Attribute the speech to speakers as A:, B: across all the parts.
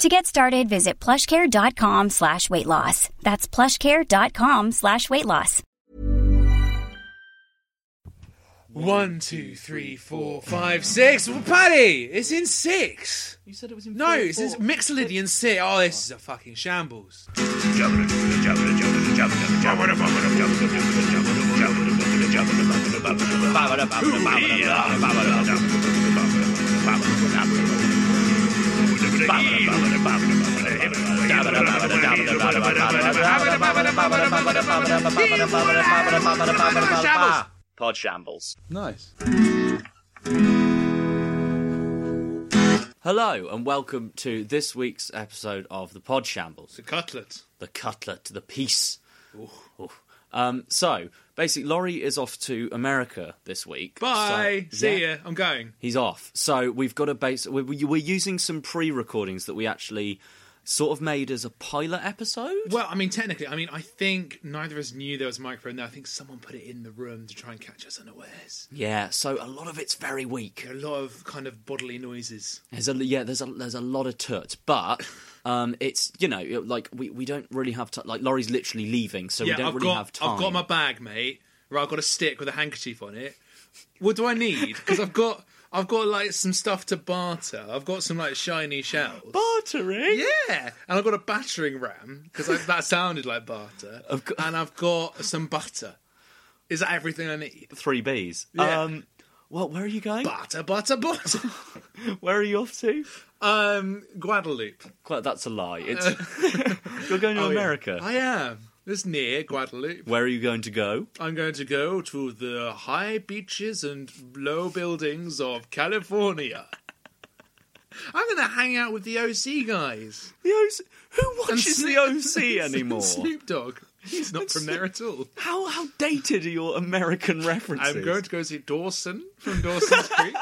A: To get started, visit plushcare.com slash weight loss. That's plushcare.com slash weight loss.
B: One, two, three, four, five, six. Well, Paddy, it's in six.
C: You said it was in
B: No,
C: four,
B: it's in
C: four.
B: Mixolydian six. Oh, this is a fucking shambles. Shambles.
D: Pod shambles.
C: Nice.
E: Hello and welcome to this week's episode of the Pod Shambles.
B: The cutlet.
E: the cutlet, the piece. Oof. Um, so basically, Laurie is off to America this week.
B: Bye.
E: So-
B: See
E: Yeah.
B: ya. I'm going.
E: He's off. So we've got a base. We're, we're using some pre-recordings that we actually sort of made as a pilot episode.
B: Well, I mean, technically, I mean, I think neither of us knew there was a microphone there. I think someone put it in the room to try and catch us unawares.
E: yeah. So a lot of it's very weak.
B: A lot of kind of bodily noises.
E: There's a yeah, there's a there's a lot of tut, but um, it's you know it- like we, we don't really have time. Like Laurie's literally leaving, so we
B: yeah,
E: don't
B: I've
E: really
B: got
E: have time.
B: I've got my bag, mate. Where I've got a stick with a handkerchief on it. What do I need? Because I've got I've got like some stuff to barter. I've got some like shiny shells.
E: bartering.
B: Yeah, and I've got a battering ram because that sounded like barter.
E: Of cour-
B: and I've got some butter. Is that everything I need?
E: Three Bs.
B: Yeah.
E: Um, well, where are you going?
B: Butter, butter, butter.
E: Where are you off to?
B: um, Guadeloupe.
E: Well, that's a lie. It's you're going to
B: Oh, yeah.
E: America.
B: I am. It's near Guadeloupe.
E: Where are you going to go?
B: I'm going to go to the high beaches and low buildings of California. I'm going to hang out with the OC guys.
E: The OC. Who watches
B: Snoop-
E: the OC
B: and
E: anymore?
B: Snoop Dogg. He's not from there at all.
E: How how dated are your American references?
B: I'm going to go see Dawson from Dawson's Creek.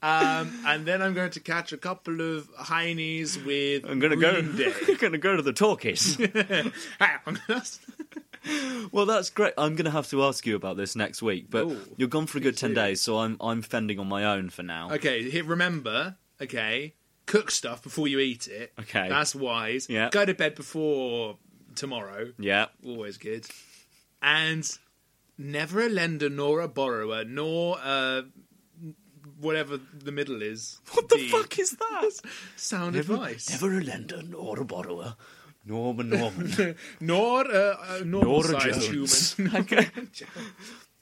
B: Um, and then I'm going to catch a couple of heinies with
E: I'm going to go.
B: Green Day.
E: I'm going to go to the talkies.
B: Ah, I'm gonna-
E: well, that's great. I'm going to have to ask you about this next week. But
B: Ooh,
E: you're gone for a good ten days, so I'm I'm fending on my own for now.
B: okay, here, remember, okay, cook stuff before you eat it.
E: Okay.
B: That's wise.
E: Yeah.
B: Go to bed before tomorrow.
E: Yeah.
B: Always good. And never a lender nor a borrower nor uh whatever the middle is.
E: What the
B: deed.
E: fuck is that?
B: sound advice?
E: Never a lender nor a borrower. Norman Norman.
B: Nor a, a normal
E: nor a
B: sized
E: Jones.
B: human.
E: okay.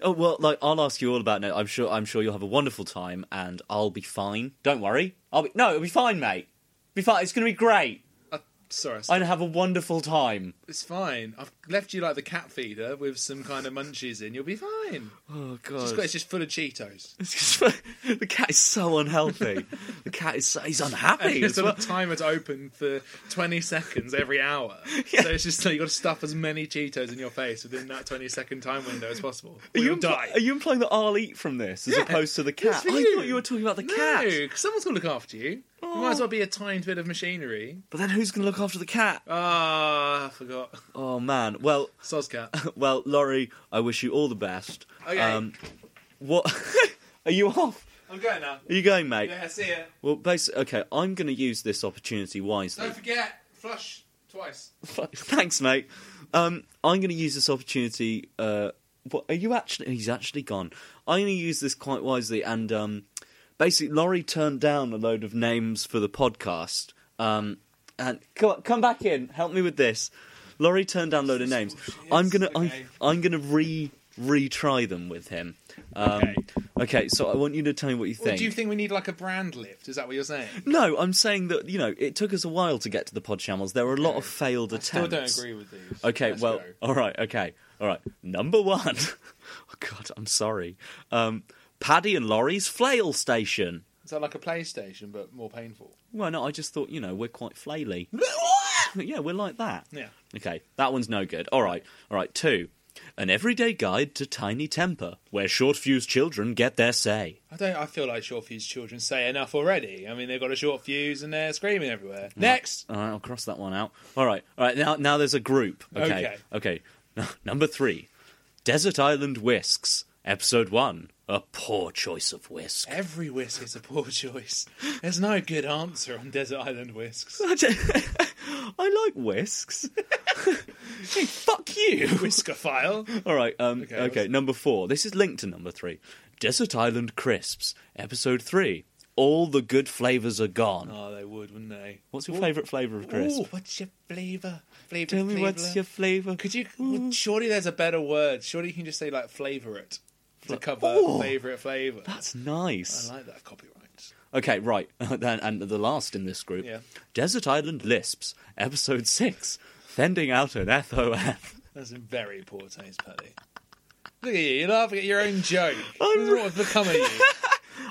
E: Oh well, like I'll ask you all about it. I'm sure I'm sure you'll have a wonderful time, and I'll be fine. Don't worry. I'll be no, it'll be fine, mate. Be fine. It's gonna be great.
B: Uh, Sorry, I
E: I'm gonna have a wonderful time.
B: it's fine. I've left you like the cat feeder with some kind of munchies in. You'll be fine.
E: Oh
B: It's,
E: god,
B: got- it's just full of Cheetos.
E: the cat is so unhealthy. the cat is so, he's unhappy.
B: It's
E: as
B: on a
E: well.
B: timer to open for 20 seconds every hour. So it's just like you've got to stuff as many Cheetos in your face within that 20 second time window as possible.
E: Are
B: Or
E: you,
B: you'll
E: imply-
B: die.
E: are you implying that I'll eat from this as opposed to the cat?
B: for
E: I
B: you.
E: thought you were talking about the
B: no,
E: cat.
B: 'cause someone's going to look after you. You might as well be a timed bit of machinery.
E: But then who's going to look after the cat?
B: Uh, Ah, I forgot.
E: Oh man. Well,
B: Sozcat.
E: well, Laurie, I wish you all the best. Um,
B: Okay.
E: what are you off?
B: I'm going now.
E: Are you going, mate?
B: Yeah, see ya.
E: Well, basically, okay, I'm going to use this opportunity wisely.
B: Don't forget, flush twice.
E: Thanks, mate. Um, I'm going to use this opportunity. Uh, what are you actually? He's actually gone. I'm going to use this quite wisely. And um, basically, Laurie turned down a load of names for the podcast. Um, and come on, come back in. Help me with this. Laurie turned down a load of names.
B: Oh,
E: I'm gonna I, I'm gonna re retry them with him. Um, okay.
B: Okay.
E: so I want you to tell me what you
B: Well,
E: think.
B: do you think we need like a brand lift? Is that what you're saying?
E: No, I'm saying that you know it took us a while to get to the pod channels. There were a lot of failed attempts.
B: Still don't agree with these.
E: Okay,
B: Let's
E: well,
B: go.
E: all right, okay, all right. Number one. oh God, I'm sorry. Um, Paddy and Laurie's flail station.
B: is that like a PlayStation but more painful?
E: Well, no, I just thought you know we're quite flaily. yeah, we're like that.
B: Yeah.
E: Okay, that one's no good. All right, all right. Two, an everyday guide to tiny temper, where short fuse children get their say.
B: I don't. I feel like short fuse children say enough already. I mean, they've got a short fuse and they're screaming everywhere.
E: Mm.
B: Next,
E: All right, I'll cross that one out. All right, all right. Now, now there's a group. Okay, okay. Number three, Desert Island Whisks, episode one. A poor choice of whisk.
B: every whisk is a poor choice. There's no good answer on desert island whisks.
E: I like whisks. hey, fuck you.
B: Whiskerphile.
E: All right. Um, okay.
B: Okay, what's-
E: number four. This is linked to number three. Desert Island Crisps, episode three. All the good flavors are gone.
B: Oh, they would, wouldn't they?
E: What's your favourite flavour of crisp?
B: Ooh, what's your flavour? Flavour.
E: Tell me what's
B: flavour.
E: your flavour.
B: Could you?
E: Mm.
B: well, surely there's a better word. Surely you can just say like flavour it to cover
E: Ooh.
B: favourite flavour.
E: That's nice.
B: I like that copyright.
E: Okay, right. and, and the last in this group.
B: Yeah.
E: Desert Island Lisps, episode six. Fending out an FOF.
B: That's in very poor taste, Paddy. Look at you, you're laughing at your own joke.
E: I'm
B: This is what's become of you.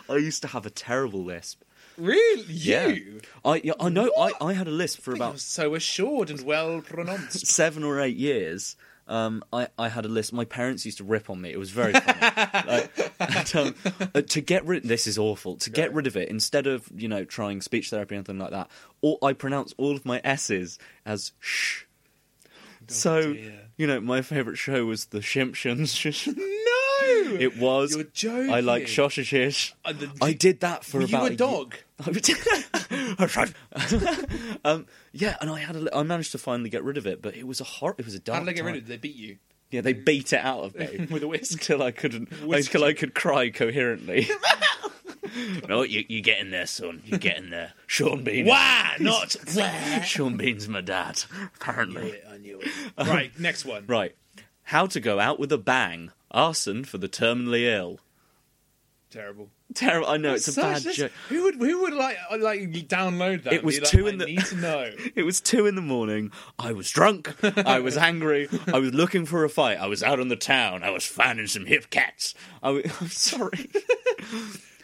E: I used to have a terrible lisp.
B: really?
E: Yeah.
B: You?
E: I, yeah, I know. I, I had a lisp for
B: You're
E: about
B: so assured and well pronounced.
E: seven or eight years, um, I, I had a list. My parents used to rip on me. It was very funny. like, and, um, uh, to get rid, this is awful. To get rid of it, instead of you know trying speech therapy or anything like that, all, I pronounce all of my s's as shh. so
B: Oh, dear.
E: you know, my favourite show was The Shimpshons.
B: no!
E: it was.
B: You're joking.
E: I like shoshishish.
B: Uh, the-
E: I did that for
B: Were
E: about
B: you
E: a
B: a
E: ye-
B: dog?
E: I would- um, yeah, and I had a li- I managed to finally get rid of it, but it was a hor- it was a dark.
B: How did I get rid
E: time.
B: of it? They beat you.
E: Yeah, they beat it out of me
B: With a whisk.
E: until I couldn't
B: Whisk
E: until I could cry coherently. no, you you get in there, son. You get in there. Sean Bean.
B: Why? Not where?
E: Sean Bean's my dad, apparently.
B: I knew it. Right, next one.
E: Right. How to go out with a bang. Arson for the terminally ill.
B: Terrible.
E: Terrible. I know it's a
B: Such-
E: bad
B: that's-
E: joke.
B: Who would who would like like download that?
E: It
B: and
E: was
B: be like,
E: two
B: I
E: in the-
B: need to know.
E: It was two in the morning. I was drunk. I was angry. I was looking for a fight. I was out on the town. I was finding some hip cats. I w- I'm sorry.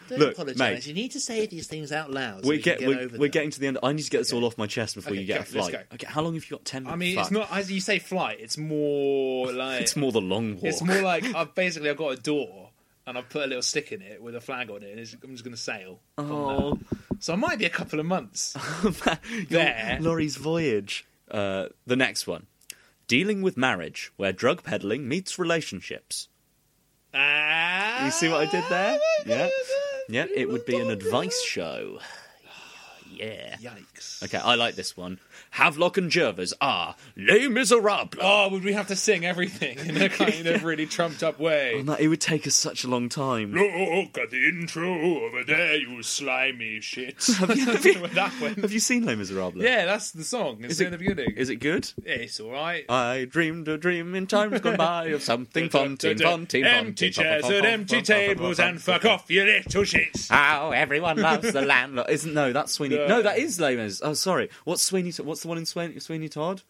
C: Don't
E: Look,
C: apologise.
E: mate.
C: You need to say these things out loud. So
E: we're
C: we can
E: get,
C: get
E: we're,
C: over
E: we're
C: them.
E: getting to the end. I need to get this all off my chest before
B: Okay,
E: you get
B: go,
E: a flight.
B: let's go.
E: Okay, how long have you got? Ten.
B: I mean,
E: Fuck.
B: it's not as you say flight. It's more like
E: It's more the long walk.
B: It's more like I've basically I've got a door and I've put a little stick in it with a flag on it, and it's, I'm just going to sail. from
E: Oh.
B: there. So I might be a couple of months.
E: Your-
B: Oh. there.
E: Laurie's voyage. Uh, the next one, dealing with marriage, where drug peddling meets relationships.
B: Ah,
E: You see what I did
B: Oh
E: there? Yeah, yeah. It would be an advice show. Yeah.
B: Yikes!
E: Okay, I like this one. Havelock and Jervis are Les Miserables.
B: Oh, would we have to sing everything in a kind of really trumped up way?
E: Oh, it would take us such a long time.
B: Look at the intro over there, you slimy shit. that went.
E: Have you seen Les Miserables?
B: Yeah, that's the song. It's
E: Is
B: in
E: it-
B: the beginning.
E: Is it good?
B: Yeah, it's all right.
E: I dreamed a dream in times gone by of something fonteen, fonteen, fonteen,
B: Empty
E: fonteen,
B: chairs
E: fonteen,
B: and
E: fonteen,
B: empty
E: fonteen,
B: tables
E: fonteen,
B: and
E: fonteen,
B: fuck off, you little shits.
E: How everyone loves the landlord. Isn't no? That's Sweeney. No,
B: No.
E: that is Les Mis. Oh, sorry. What's Sweeney? What's the one in Sweeney, Sweeney Todd?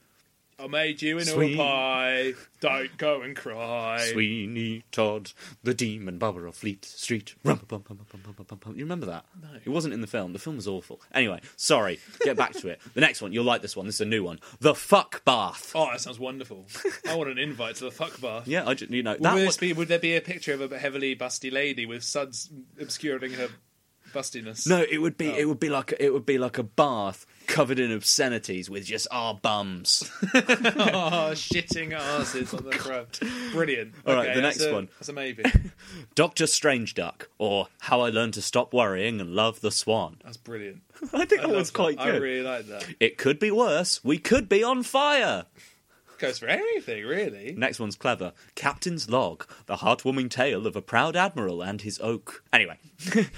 B: I made you into
E: Sweet.
B: a pie. Don't go and cry.
E: Sweeney Todd, the demon barber of Fleet Street. Rum, bum, bum, bum, bum, bum, bum, bum. You remember that? No. It wasn't in the film. The film was awful. Anyway, sorry. Get back to it. The next one. You'll like this one. This is a new one. The fuck bath.
B: Oh, that sounds wonderful. I want an invite to the fuck bath.
E: Yeah, I just you know
B: Would,
E: that was
B: this be, would there be a picture of a heavily busty lady with suds obscuring her bustiness?
E: no. It would be it would be like a, it would be like a bath covered in obscenities with just our bums.
B: Oh, shitting asses on the front. Brilliant.
E: All right,
B: Okay,
E: the
B: that's
E: next
B: a-
E: one.
B: That's a maybe.
E: Doctor Strange Duck, or How I Learned to Stop Worrying and Love the Swan.
B: That's brilliant.
E: I
B: I
E: think that
B: love
E: was quite
B: that.
E: good.
B: I really like that.
E: It could be worse. We could be on fire.
B: Goes for anything, really.
E: Next one's clever. Captain's Log, the heartwarming tale of a proud admiral and his oak. Anyway,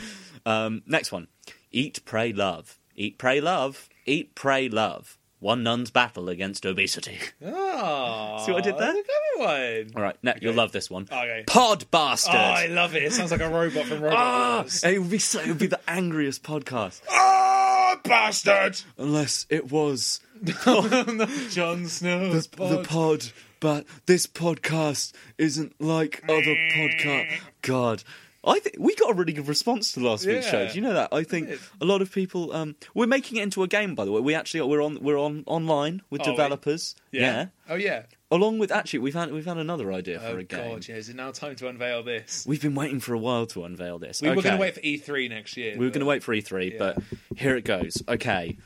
E: um, next one. Eat, pray, love. Eat, pray, love. Eat, pray, love. One Nun's Battle Against Obesity.
B: Oh,
E: See what I did there?
B: Ah, Look at that one.
E: All right, now you'll love this one.
B: Okay.
E: Pod Bastard.
B: Oh, I love it. It sounds like a robot from Robot
E: Ah,
B: Wars.
E: it would be so. It would be the angriest podcast,
B: Oh, bastard!
E: unless it was
B: Jon Snow's
E: the pod. But this podcast isn't like other
B: Mm.
E: podcast. God, I think we got a really good response to last week's show.
B: Yeah.
E: Do you know that? I think
B: did.
E: a lot of people. Um, we're making it into a game, by the way. We actually are- we're on we're on online with
B: Are we?
E: developers.
B: Oh, yeah. Oh yeah.
E: Along with actually, we've had we've had another idea for
B: Oh
E: a game.
B: god, yeah. Is it now time to unveil this?
E: We've been waiting for a while to unveil this.
B: We were going
E: Okay.
B: to wait for E3 next year.
E: We were going to
B: but-
E: wait for E3, but here it goes. Okay,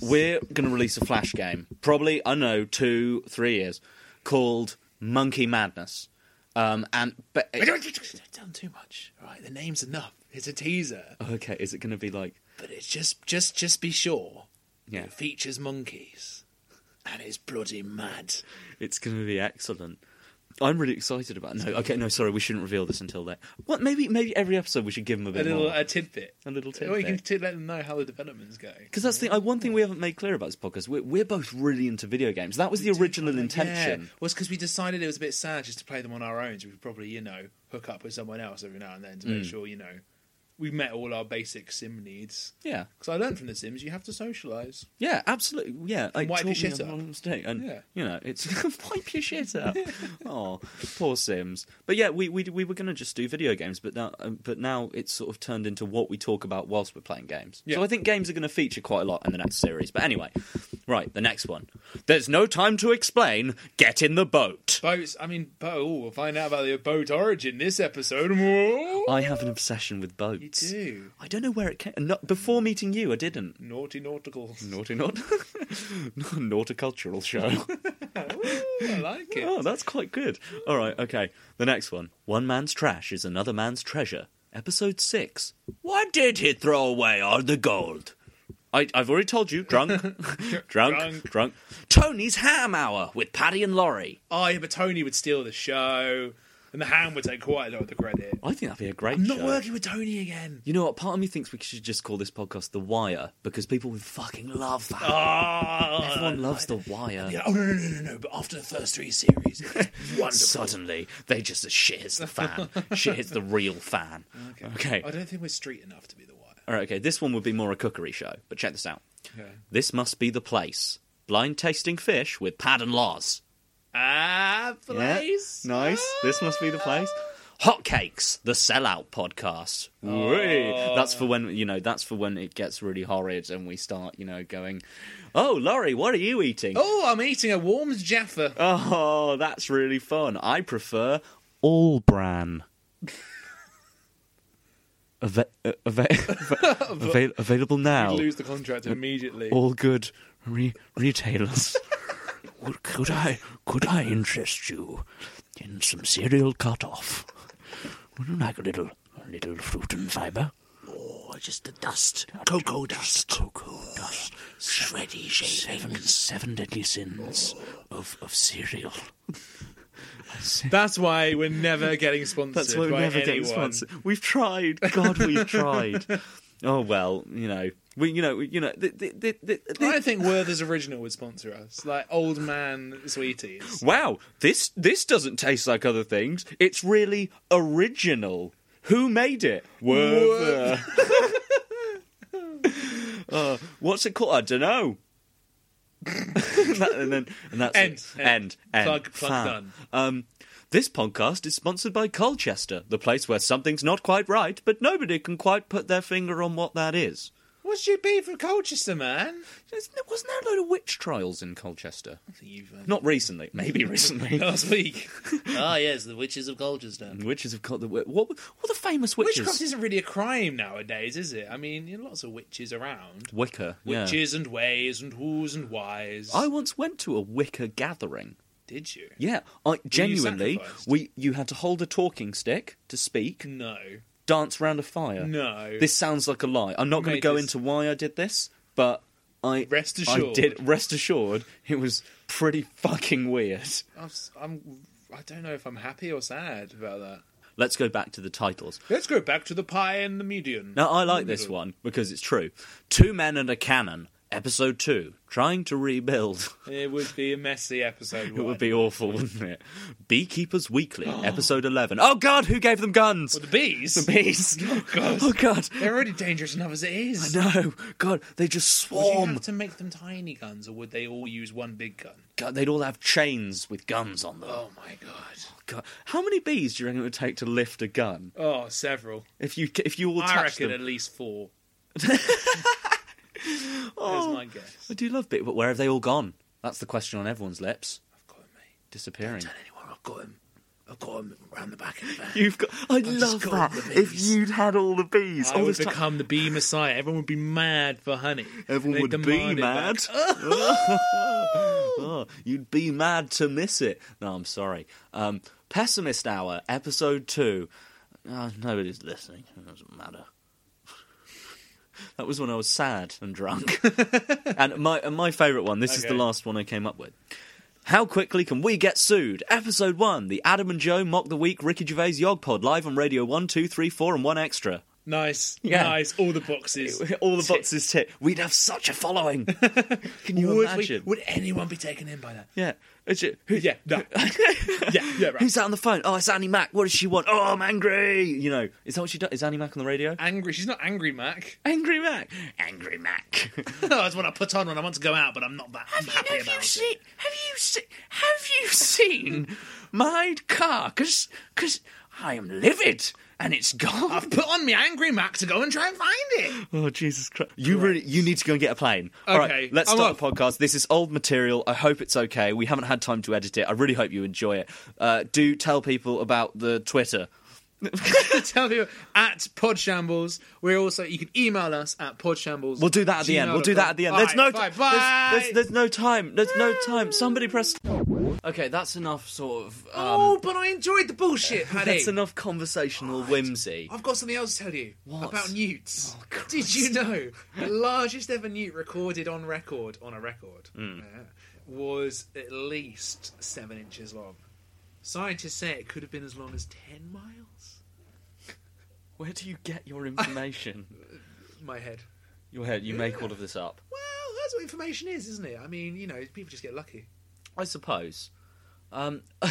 E: we're going to release a Flash game, probably, I don't know, two, three years, called Monkey Madness. Um, and but
B: I don't, don't tell them too much. All right, the name's enough. It's a teaser,
E: okay, is it going to be like
B: but it's just, just, just be sure.
E: Yeah.
B: It features monkeys, and it's bloody mad.
E: it's going to be excellent? I'm really excited about. No, okay, no, sorry, we shouldn't reveal this until then. What? Maybe, maybe every episode we should give them a
B: A
E: bit
B: little, uh,
E: more.
B: a tidbit.
E: A little
B: Or you can
E: tidbit.
B: t- let them know how the development's going.
E: Because that's the thing- I- one thing we haven't made clear about this podcast. We're, we're both really into video games. That was the original intention.
B: Yeah, was because we decided it was a bit sad just to play them on our own. So we probably, you know, hook up with someone else every now and then to make
E: Mm.
B: sure, you know, we met all our basic sim needs.
E: Yeah.
B: Because I learned from the Sims, you have to socialise.
E: Yeah, absolutely. Yeah, like,
B: wipe your
E: taught me
B: shit
E: a
B: up.
E: lot of mistake. And
B: Yeah.
E: you know, it's wipe your shit up. oh, poor Sims. But yeah, we we we were gonna just do video games, but now um, but now it's sort of turned into what we talk about whilst we're playing games.
B: Yeah.
E: So I think games are gonna feature quite a lot in the next series. But anyway, right, the next one. There's no time to explain. Get in the boat.
B: Boats, I mean, boat, ooh, we'll find out about the boat origin this episode. Whoa!
E: I have an obsession with
B: You
E: boats.
B: do.
E: I don't know where it came. Not, before meeting you, I didn't.
B: Naughty nautical.
E: Naughty, not nauticultural show.
B: I like it.
E: Oh, that's quite good. All right, okay. The next one. One man's trash is another man's treasure. Episode 6. What did he throw away all the gold? I, I've already told you. Drunk. drunk. Drunk.
B: Drunk.
E: Tony's ham hour with Paddy and Laurie.
B: Oh, yeah, but Tony would steal the show, and the ham would take quite a lot of the credit.
E: I think that'd be a great
B: I'm not
E: show.
B: working with Tony again.
E: You know what? Part of me thinks we should just call this podcast The Wire because people would fucking love that.
B: Ah.
E: Everyone loves The Wire.
B: Yeah, oh, no, no, no, no, no, but after the first three series, it's wonderful.
E: Suddenly, they just shit hits the fan. shit hits the real fan. Okay.
B: I don't think we're street enough to be the wire.
E: All right, okay. This one would be more a cookery show, but check this out. This must be the place. Blind tasting fish with Pad and Loz.
B: Ah, place.
E: Nice. This must be the place. Hotcakes, Ah! the sellout podcast. Whey. That's for when you know. That's for when it gets really horrid and we start, you know, going, "Oh, Laurie, what are you eating?"
B: Oh, I'm eating a warm Jaffa.
E: Oh, that's really fun. I prefer all bran. Ava- uh, ava- avail- available now.
B: You'd lose the contract immediately.
E: all good re- retailers. Would- could I could I interest you in some cereal cut off? Would you like a little a little fruit and fibre?
C: Or Oh, just the dust. Cocoa dust. Cocoa dust. Shreddy shaving.
E: Seven deadly sins of, of cereal.
B: That's why we're never getting sponsored.
E: That's why we
B: by
E: never
B: anyone.
E: get sponsored. We've tried. God, we've tried. Oh well, you know, we, you know, we, you know. The, the, the, the, the-
B: I don't think Werther's Original would sponsor us. Like Old Man Sweeties.
E: wow, this this doesn't taste like other things. It's really original. Who made it? Werther. uh, what's it called? I don't know. and then and that's
B: End,
E: it.
B: end.
E: End. end.
B: Plug, plug
E: Fan.
B: done.
E: Um, this podcast is sponsored by Colchester, the place where something's not quite right, but nobody can quite put their finger on what that is.
B: What's your beef with Colchester, man?
E: Isn't there- Wasn't there a load of witch trials in Colchester?
B: I think you've, uh,
E: Not recently, maybe recently.
B: Last week.
C: Ah, yes, the witches of Colchester.
E: Witches have got the what? What are the famous witches?
B: Witchcraft isn't really a crime nowadays, is it? I mean, you know, lots of witches around.
E: Wicca. yeah.
B: Witches and ways and who's and whys.
E: I once went to a Wicca gathering.
B: Did you?
E: Yeah, I genuinely.
B: sacrificed?
E: we you had to hold a talking stick to speak,
B: No.
E: dance round a fire.
B: No.
E: This sounds like a lie. I'm not going to
B: Mate,
E: go
B: this-
E: into why I did this, but I
B: Rest
E: I
B: assured.
E: did. Rest assured, it was pretty fucking weird.
B: I'm, s- I'm. I don't know if I'm happy or sad about that.
E: Let's go back to the titles.
B: Let's go back to the pie and the median. Mm.
E: Now I like this one because it's true. Two men and a cannon. Episode two, trying to rebuild.
B: It would be a messy episode.
E: It would be awful, wouldn't it? Beekeepers Weekly, episode eleven. Oh God, who gave them guns?
B: the bees.
E: The bees.
B: Oh God.
E: Oh God.
B: They're already dangerous enough as it is.
E: No, God, they just
B: Would you
E: swarm.
B: have to make them tiny guns, or would they all use one big gun?
E: God, they'd all have chains with guns on them.
B: Oh my god!
E: God. How many bees do you reckon it would take to lift a gun?
B: Oh, several.
E: If you if you all
B: I
E: touch
B: reckon at
E: them,
B: least four.
E: Oh.
B: There's my guess.
E: I do love bees, but where have they all gone? That's the question on everyone's lips.
B: I've got it, mate.
E: Disappearing.
C: Anyone, I've got him. I've got him round the back of the van.
E: You've got. I love
C: just got
E: that.
C: all the
E: If
C: bees.
E: you'd had all the bees,
B: I
E: all
B: would
E: this time-
B: become the bee messiah. Everyone would be mad for honey.
E: Everyone
B: They'd
E: would be
B: demand it
E: mad.
B: back.
E: Oh, you'd be mad to miss it. No, I'm sorry. Um, Pessimist Hour, episode two. Oh, nobody's listening. It doesn't matter. that was when I was sad and drunk. and my and my favourite one. This is the
B: Okay.
E: last one I came up with. How quickly can we get sued? Episode one: The Adam and Joe mock the week. Ricky Gervais Yog Pod live on Radio One, Two, Three, Four, and One Extra.
B: Nice,
E: Yeah.
B: nice. All the boxes.
E: All the boxes tick. We'd have such a following. Can you
B: Would, we,
E: imagine?
B: would anyone be taken in by that?
E: Yeah. It's it. Who,
B: Yeah, no. yeah, yeah. Right.
E: Who's that on the phone? Oh, it's Annie Mac. What does she want? Oh, I'm angry. You know, is that what she does? Is Annie Mac on the radio?
B: angry? She's not angry, Mac.
E: Angry Mac. Angry Mac.
B: no, that's what I put on when I want to go out, but I'm not that I'm happy
E: have
B: about
E: you
B: it.
E: seen? Have you seen? Have you seen my car? Cause, 'cause I am livid, and it's gone.
B: I've put on my angry Mac to go and try and find it.
E: Oh Jesus Christ! You really you need to go and get a plane. All right,
B: Okay,
E: let's
B: I'm
E: start
B: up.
E: the podcast. This is old material. I hope it's okay. We haven't had time to edit it. I really hope you enjoy it. Uh, do tell people about the Twitter.
B: Tell people at Podshambles. We're also you can email us at Podshambles.
E: We'll do that at the end. We'll do that at the end. There's no
B: Bye.
E: there's-
B: bye.
E: There's, there's no time. There's no time. Somebody press. Okay, that's enough. Sort of. Um,
B: oh, but I enjoyed the bullshit, Paddy.
E: that's enough conversational whimsy.
B: I've got something else to tell you
E: What? Oh,
B: about newts. Did you know the largest ever newt recorded on record on a record
E: Hmm.
B: uh, was at least seven inches long? Scientists say it could have been as long as ten miles.
E: Where do you get your information?
B: My head.
E: your head. You make all of this up.
B: Well, that's what information is, isn't it? I mean, you know, people just get lucky.
E: I suppose. Um,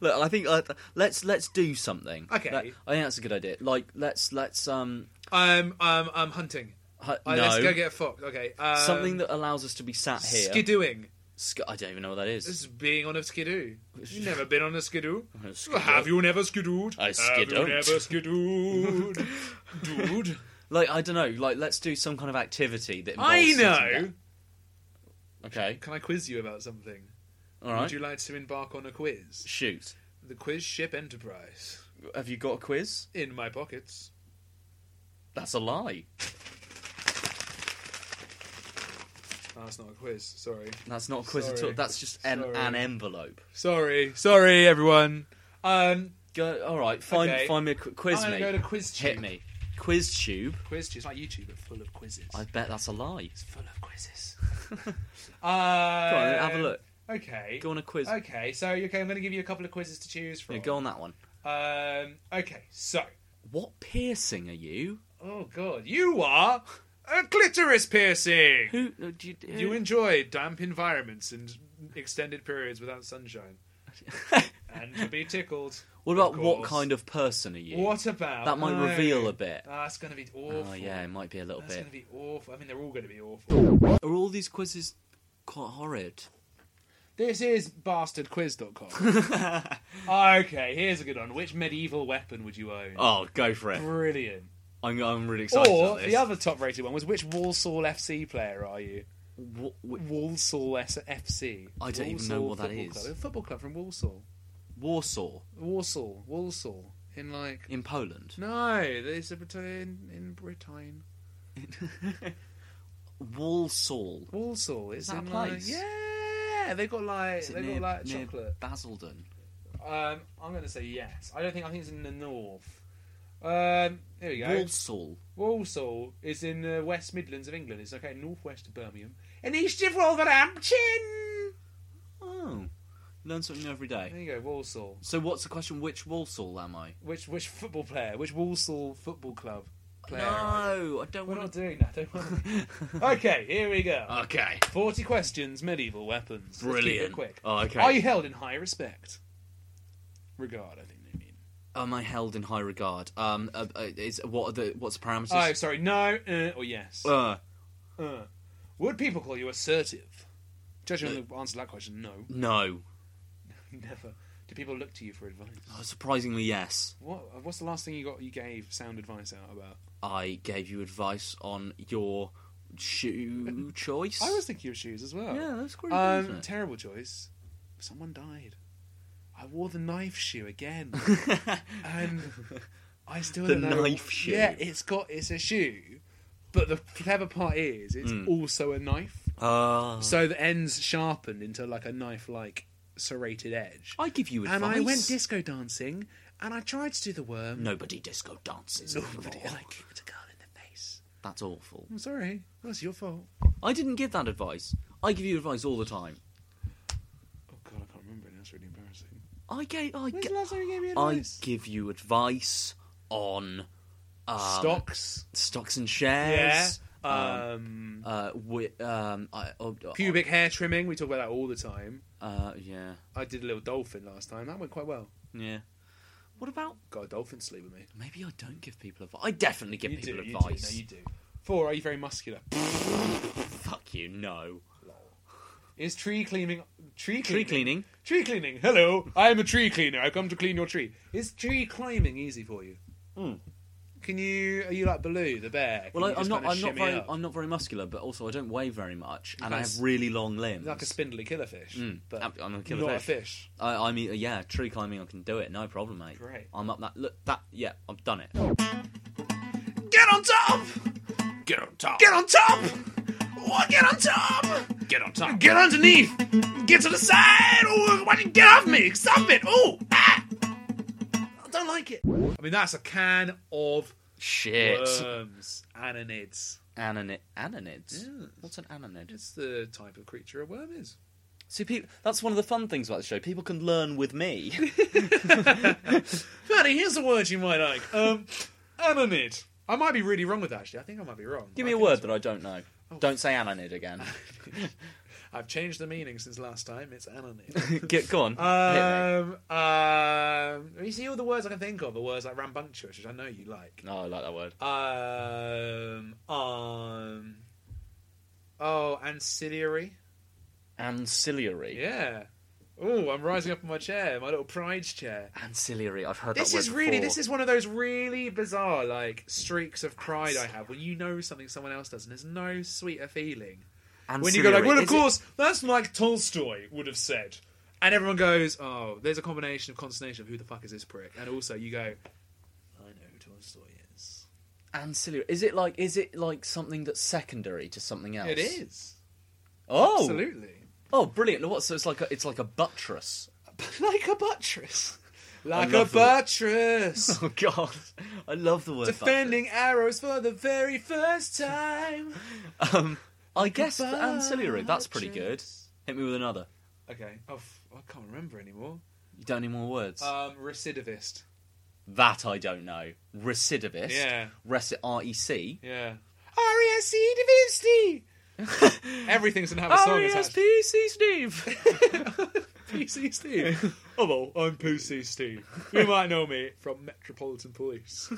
E: look, I think uh, let's let's do something.
B: Okay.
E: That- I think that's a good idea. Like let's let's um
B: I'm I'm I'm um, hunting.
E: hu-
B: Uh,
E: no
B: Let's go get a fox. Okay. Um,
E: something that allows us to be sat here.
B: skidooing.
E: Sk- I don't even know what that
B: This
E: is.
B: is being on a skidoo. You've never been on a skidoo.
E: a skidoo.
B: Have you never skidooed?
E: I
B: Have
E: skidooed.
B: you never skidooed, dude?
E: Like I don't know. Like let's do some kind of activity that. Involves
B: I
E: sitting
B: know.
E: down. Okay.
B: Can I quiz you about something?
E: All right.
B: Would you like to embark on a quiz?
E: Shoot.
B: The quiz ship Enterprise
E: Have you got a quiz?
B: in my pockets.
E: That's a lie.
B: Oh, that's not a quiz. Sorry.
E: That's not a quiz at
B: Sorry.
E: all. That's just an,
B: Sorry.
E: an envelope.
B: Sorry. Sorry, everyone. Um,
E: Go. All right. Find
B: Okay.
E: find me a qu- quiz.
B: I'm gonna
E: me.
B: go to QuizTube.
E: Hit me. Quiz tube.
B: quiz It's like YouTube, but full of quizzes.
E: I bet that's a lie.
B: It's full of quizzes. uh,
E: Go on, have a look.
B: Okay.
E: Go on a quiz.
B: Okay, so okay, I'm going to give you a couple of quizzes to choose from.
E: Yeah, go on that one.
B: Um, okay, so
E: What piercing are you?
B: oh god, you are a clitoris piercing.
E: Who uh, do you? Who?
B: You enjoy damp environments and extended periods without sunshine, and to be tickled.
E: what about
B: of
E: what
B: course.
E: kind of person are you?
B: What about
E: That might
B: no.
E: reveal a bit.
B: Ah, That's going to be awful.
E: Oh yeah, it might be a little
B: That's
E: bit.
B: going to be awful. I mean, they're all going to be awful.
E: Are all these quizzes quite horrid?
B: This is bastardquiz.com. okay, here's a good one. Which medieval weapon would you own?
E: Oh, go for it!
B: Brilliant.
E: I'm, I'm really excited
B: Or
E: about this.
B: the other top rated one was which Walsall FC player are you?
E: Wha- wha-
B: Walsall S- FC.
E: I don't even know
B: Walsall
E: what that
B: Football
E: is.
B: Club. A football club from Walsall.
E: Warsaw
B: Walsall. Walsall. In like.
E: in Poland.
B: No, there's a Britain in Britain.
E: Walsall.
B: Walsall. It's
E: Is that
B: in
E: a
B: like-
E: place?
B: yeah, they got like
E: Is it
B: they
E: near,
B: got like
E: near
B: chocolate.
E: Basildon?
B: Um, I'm gonna say yes. I don't think I think it's in the north. Um, here we go.
E: Walsall.
B: Walsall is in the West Midlands of England. It's okay, northwest of Birmingham, and East of Wolverhampton.
E: Oh, learn something every
B: There
E: day.
B: you go, Walsall.
E: So what's the question? Which Walsall am I?
B: Which which football player? Which Walsall football club? player.
C: No, I don't
B: We're
C: want
B: not
C: to.
B: doing that. Don't worry. okay, here we go.
E: Okay.
B: Forty questions, medieval weapons. Let's keep it
E: Brilliant.
B: quick.
E: Oh, okay.
B: Are you held in high respect? Regard, I think they mean.
E: Am I held in high regard? Um, uh, uh, is what are the what's the
B: Oh,
E: parameters?
B: sorry. No, uh, or yes.
E: uh,
B: Uh. Would people call you assertive? Judging
E: Uh.
B: on the answer to that question, no,
E: no.
B: never. Do people look to you for advice?
E: Oh, surprisingly, yes.
B: What? What's the last thing you got? You gave sound advice out about?
E: I gave you advice on your shoe choice.
B: I was thinking of shoes as well.
E: Yeah, that's quite good,
B: um,
E: isn't it?
B: terrible choice. Someone died. I wore the knife shoe again, and I still
E: The
B: don't know.
E: knife shoe.
B: Yeah, it's got it's a shoe, but the clever part is it's
E: Hmm.
B: also a knife.
E: Ah.
B: So the ends sharpened into like a knife-like serrated edge.
E: I give you advice.
B: and I went disco dancing, and I tried to do the worm.
E: Nobody disco dances.
B: Nobody,
E: anymore.
B: and I kicked a girl in the face.
E: That's awful.
B: I'm sorry. That's your fault.
E: I didn't give that advice. I give you advice all the time.
B: Oh god, I can't remember. Now it's really embarrassing.
E: I gave. I,
B: When's
E: ga-
B: the last time you gave me
E: I
B: advice?
E: give you advice on um,
B: Stocks.
E: stocks and shares.
B: Yeah.
E: Um,
B: Um,
E: uh, wi- um, I, oh, oh,
B: pubic hair trimming. We talk about that all the time.
E: Uh, yeah,
B: I did a little dolphin last time. That went quite well.
E: yeah. What about?
B: Got a dolphin to sleep with me.
E: Maybe I don't give people advice. I definitely give
B: you
E: people
B: do,
E: advice.
B: You do, no, you do. Four. Are you very muscular?
E: Fuck you, no.
B: Is tree cleaning tree
E: Tree
B: cleaning,
E: cleaning.
B: tree cleaning? Hello, I am a tree cleaner. I come to clean your tree. Is tree climbing easy for you? Can you? Are you like Baloo the bear? Can
E: Hmm. Well,
B: you
E: I, I'm
B: just
E: not.
B: kinda
E: I'm not
B: shimmy
E: very.
B: up?
E: I'm not very muscular, but also I don't weigh very much, and I
B: can't
E: have
B: s-
E: really long limbs.
B: like a spindly killerfish, but
E: Hmm. I'm- I'm a killer
B: not
E: fish.
B: a fish.
E: I, I mean, yeah, tree climbing. I can do it. No problem, mate.
B: Great.
E: I'm up that. Look, that. Yeah, I've done it.
C: Get on top!
D: Get on top.
C: Get on top! Oh, get on top!
D: Get on top.
C: Get underneath! Get to the side! Oh, why did you get off me? Stop it! Oh, ah! I don't like it.
B: I mean, that's a can of
E: Shit.
B: worms, ananids.
E: Anani- ananids.
B: Yes.
E: What's an ananid?
B: It's the type of creature a worm is.
E: See, people. That's one of the fun things about the show. People can learn with me.
B: Fanny, here's a word you might like. Um, anonid. I might be really wrong with that, actually. I think I might be wrong.
E: Give me a
B: a
E: word that I don't know. Don't say ananid again.
B: I've changed the meaning since last time. It's anonid.
E: Get go on. Hit
B: um, um, you see all the words I can think of are words like rambunctious, which I know you like.
E: me. Oh, I like that word.
B: Um, um, oh, ancillary.
E: Ancillary.
B: Yeah. Oh, I'm rising up in my chair, my little pride's chair.
E: Ancillary. I've heard
B: This
E: that word
B: is really
E: before.
B: this is one of those really bizarre like streaks of pride I have when you know something someone else does, and there's no sweeter feeling. When you go like,
E: Ancillary.
B: well, of
E: Is it-
B: course, that's like Tolstoy would have said, and everyone goes, oh, there's a combination of consternation of who the fuck is this prick, and also you go, I know who Tolstoy is.
E: ancillary. Is it like? Is it like something that's secondary to something else?
B: It is
E: Oh,
B: absolutely
E: Oh, brilliant! What? So it's like a, it's like a buttress.
B: like a buttress, like a
E: love the-
B: buttress.
E: Oh God, I love the word.
B: Defending arrows for the very first time.
E: buttress. Um, I guess for
B: buttress.
E: ancillary. That's pretty good. Hit me with another.
B: Okay, oh, f- I can't remember anymore.
E: You don't need more words.
B: Um, recidivist.
E: that I don't know. Recidivist.
B: Yeah.
E: Reci- R E C.
B: Yeah. E R-E-S-C-D-V-S-T! Everything's gonna have a song attached.
E: E C Steve.
B: PC Steve. Hello, I'm PC Steve. You might know me from Metropolitan Police.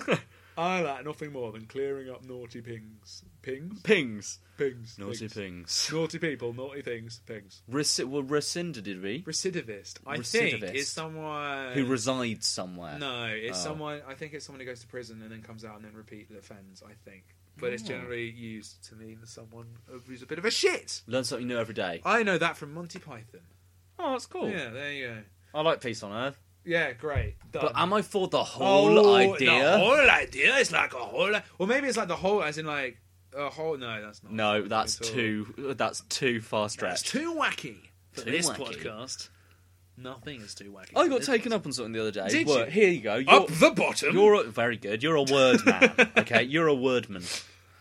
B: I like nothing more than clearing up naughty pings. Pings?
E: Pings.
B: Pings.
E: Naughty pings.
B: Naughty people, naughty things, pings.
E: Reci- well, rescinded, did we?
B: Recidivist, I
E: Recidivist.
B: think, is someone...
E: Who resides somewhere?
B: No, it's
E: Oh.
B: someone. I think it's someone who goes to prison and then comes out and then repeat the offence. I think, but it's generally used to mean someone who's a bit of a shit.
E: Learn something new every day.
B: I know that from Monty Python.
E: Oh, that's cool.
B: Yeah, there you go.
E: I like peace on earth.
B: Yeah, great. Done.
E: But am I for the whole
B: Um, Oh,
E: idea?
B: The whole idea is like a whole. Well, maybe it's like the whole, as in like a whole. No, that's not.
E: No, that's
B: at all.
E: too. That's too far
B: That's
E: stretched.
B: too wacky for
E: Too
B: this
E: wacky.
B: podcast. Nothing is too wacky.
E: I
B: for
E: got
B: this
E: taken up on something the other day.
B: Did
E: Word-
B: you?
E: Here you go.
B: podcast.
E: You're,
B: Up the bottom.
E: you're a, very good. You're a word man. okay, you're a wordman.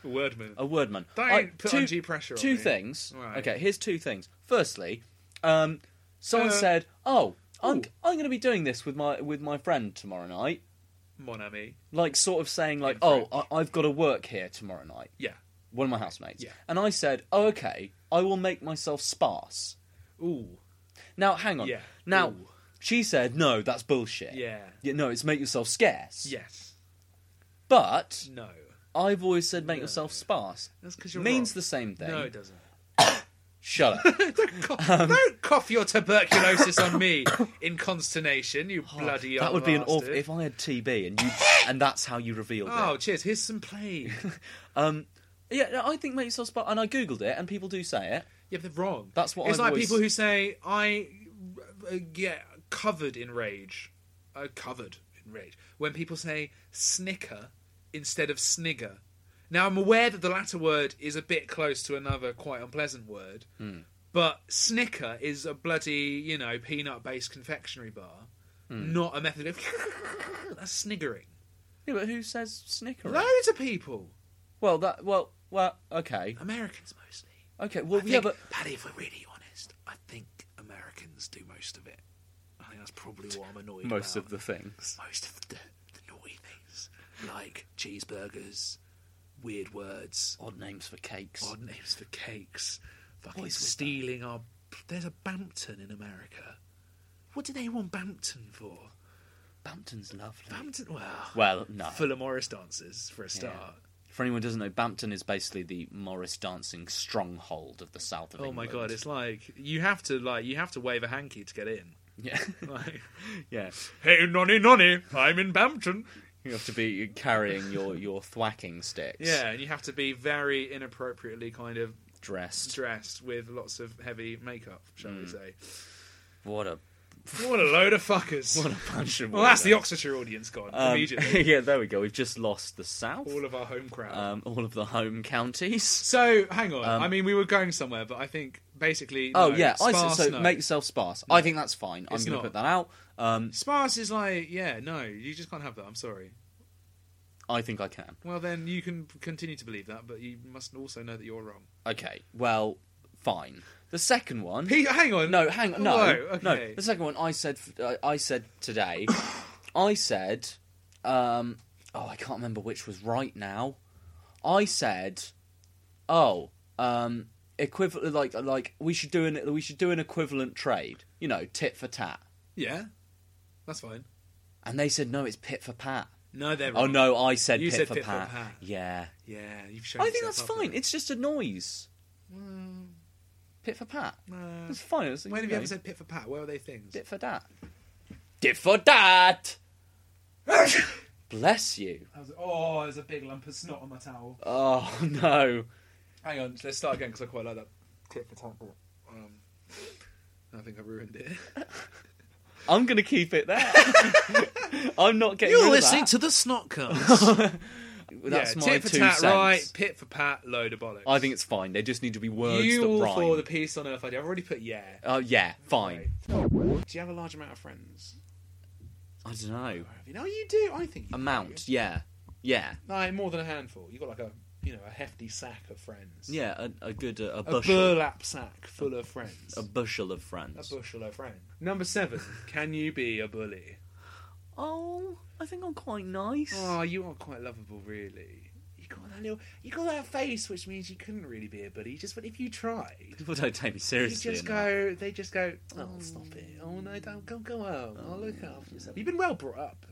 B: Wordman.
E: A wordman.
B: Don't
E: I-
B: put undue pressure on
E: Two
B: me.
E: things.
B: Right.
E: Okay, here's two things. Firstly, um, someone
B: Uh,
E: said, "Oh, I'm,
B: ooh.
E: I'm going to be doing this with my with my friend tomorrow night."
B: Mon ami.
E: like sort of saying like,
B: In
E: "Oh,
B: French.
E: I- I've got to work here tomorrow night."
B: Yeah.
E: One of my housemates.
B: Yeah.
E: And I said, "Oh, okay, I will make myself sparse."
B: Ooh.
E: Now, hang on.
B: Yeah.
E: Now,
B: Ooh.
E: she said, "No, that's bullshit."
B: Yeah.
E: Yeah, no, it's make yourself scarce.
B: Yes.
E: But
B: No.
E: I've always said make yourself sparse.
B: That's 'cause you're
E: means
B: wrong.
E: the same Um, thing.
B: No, it doesn't.
E: Shut up.
B: Don't cough, don't cough your tuberculosis on me in consternation, you bloody young
E: Oh, that would be an awful.
B: bastard.
E: If I had TB and you, and that's how you revealed it.
B: Oh, cheers. Here's some plague.
E: Yeah, no, I think make yourself sparse. And I googled it, and people do say it.
B: Yeah, but they're wrong.
E: That's what
B: it's
E: I've
B: like.
E: always-
B: People who say I uh, get covered in rage, uh, covered in rage when people say snicker instead of snigger. Now I'm aware that the latter word is a bit close to another quite unpleasant word,
E: Hmm.
B: but snicker is a bloody you know peanut-based confectionery bar,
E: Hmm.
B: not a method of that's sniggering.
E: Yeah, but who says snicker?
B: Loads of people,
E: Well, that well, well, okay,
B: Americans mostly.
E: okay. Well,
B: I
E: yeah,
B: think,
E: but
B: Paddy, if we're really honest, I think Americans do most of it. I think that's probably what I'm annoyed
E: most
B: about.
E: of the things.
B: most of the, the naughty things, like cheeseburgers, weird words,
E: Odd names for cakes.
B: odd names for cakes, fucking
E: What is with
B: stealing our. There's a Bampton in America. What do they want Bampton for?
E: Bampton's lovely.
B: Bampton, well,
E: Well, no.
B: Fuller Morris dancers for a start.
E: For anyone who doesn't know, Bampton is basically the Morris dancing stronghold of the south of
B: Oh my
E: England.
B: god, it's like you have to like you have to wave a hanky to get in.
E: yeah,
B: Like,
E: yeah.
B: hey, nonny, nonny, I'm in Bampton.
E: You have to be carrying your your thwacking sticks.
B: Yeah, and you have to be very inappropriately kind of
E: dressed.
B: dressed with lots of heavy makeup, shall
E: Hmm.
B: we say.
E: what a
B: What a load of fuckers.
E: what a bunch of.
B: well, that's the
E: weirdos.
B: Oxfordshire audience gone
E: Um,
B: immediately.
E: yeah, there we go. We've just lost the south.
B: All of our home crowd.
E: um, all of the home counties.
B: so, hang on. I mean, we were going somewhere, but I think basically.
E: Oh
B: no,
E: yeah, I
B: sparse,
E: see. So
B: no.
E: make yourself sparse. I think that's fine.
B: It's
E: I'm going
B: not.
E: to put that out. Um,
B: Sparse is like, yeah, no, you just can't have that. I'm sorry.
E: I think I can.
B: Well, then you can continue to believe that, but you must also know that you're wrong.
E: Okay. Well, fine. The second one.
B: Pete, hang on.
E: No, hang on. No,
B: Whoa,
E: no.
B: okay.
E: The second one I said. I- I said today. I said. Um, oh, I can't remember which was right now. I said, oh, um, equivalent. Like, like we should do an we should do an equivalent trade. You know, tit for tat.
B: Yeah? That's fine.
E: And they said, no, it's pit for pat.
B: No, they're wrong.
E: Oh no, I said
B: You
E: pit,
B: said
E: for,
B: pit for
E: pat.
B: pat.
E: Yeah,
B: Yeah, you've shown
E: I think
B: yourself
E: that's
B: up
E: fine.
B: there.
E: It's just a noise. Pit for pat.
B: Uh,
E: It's fine. It's,
B: When have
E: know,
B: you ever said pit for pat? Where are they things?
E: dit for dat? Dit for dat. Bless you.
B: Oh, there's a big lump of snot on my towel.
E: Oh no.
B: Hang on, let's start again because I quite like that tip for temple. Um, I think I ruined it.
E: I'm gonna keep it there. I'm not getting. rid
B: You're
E: of
B: listening
E: that.
B: to the Snotcast.
E: That's
B: yeah,
E: my
B: tit for
E: two
B: tat,
E: cents.
B: right? Pit for pat, load of bollocks.
E: I think it's fine. They just need to be words
B: you
E: that
B: all
E: rhyme.
B: for the peace on earth. I do. I've already put yeah.
E: Oh yeah, fine.
B: Do you have a large amount of friends?
E: I don't know.
B: You know, you do. I think you
E: Amount. Yeah, yeah,
B: Do. No, more than a handful. You have got like a you know a hefty sack of friends.
E: yeah. A, a good uh, a
B: a
E: bushel,
B: burlap sack full of friends.
E: a bushel of friends.
B: A bushel of friend. Number seven. Can you be a bully?
E: Oh, I think I'm quite nice.
B: Oh, you are quite lovable, really. You got that little, you got that face, which means you couldn't really be a bully. Just but if you tried,
E: People don't take me
B: you
E: seriously.
B: just
E: enough.
B: go. They just go. Oh, stop it. Oh no, don't go. Go home. Oh, look
E: Mm.
B: after yourself. You've been well brought up.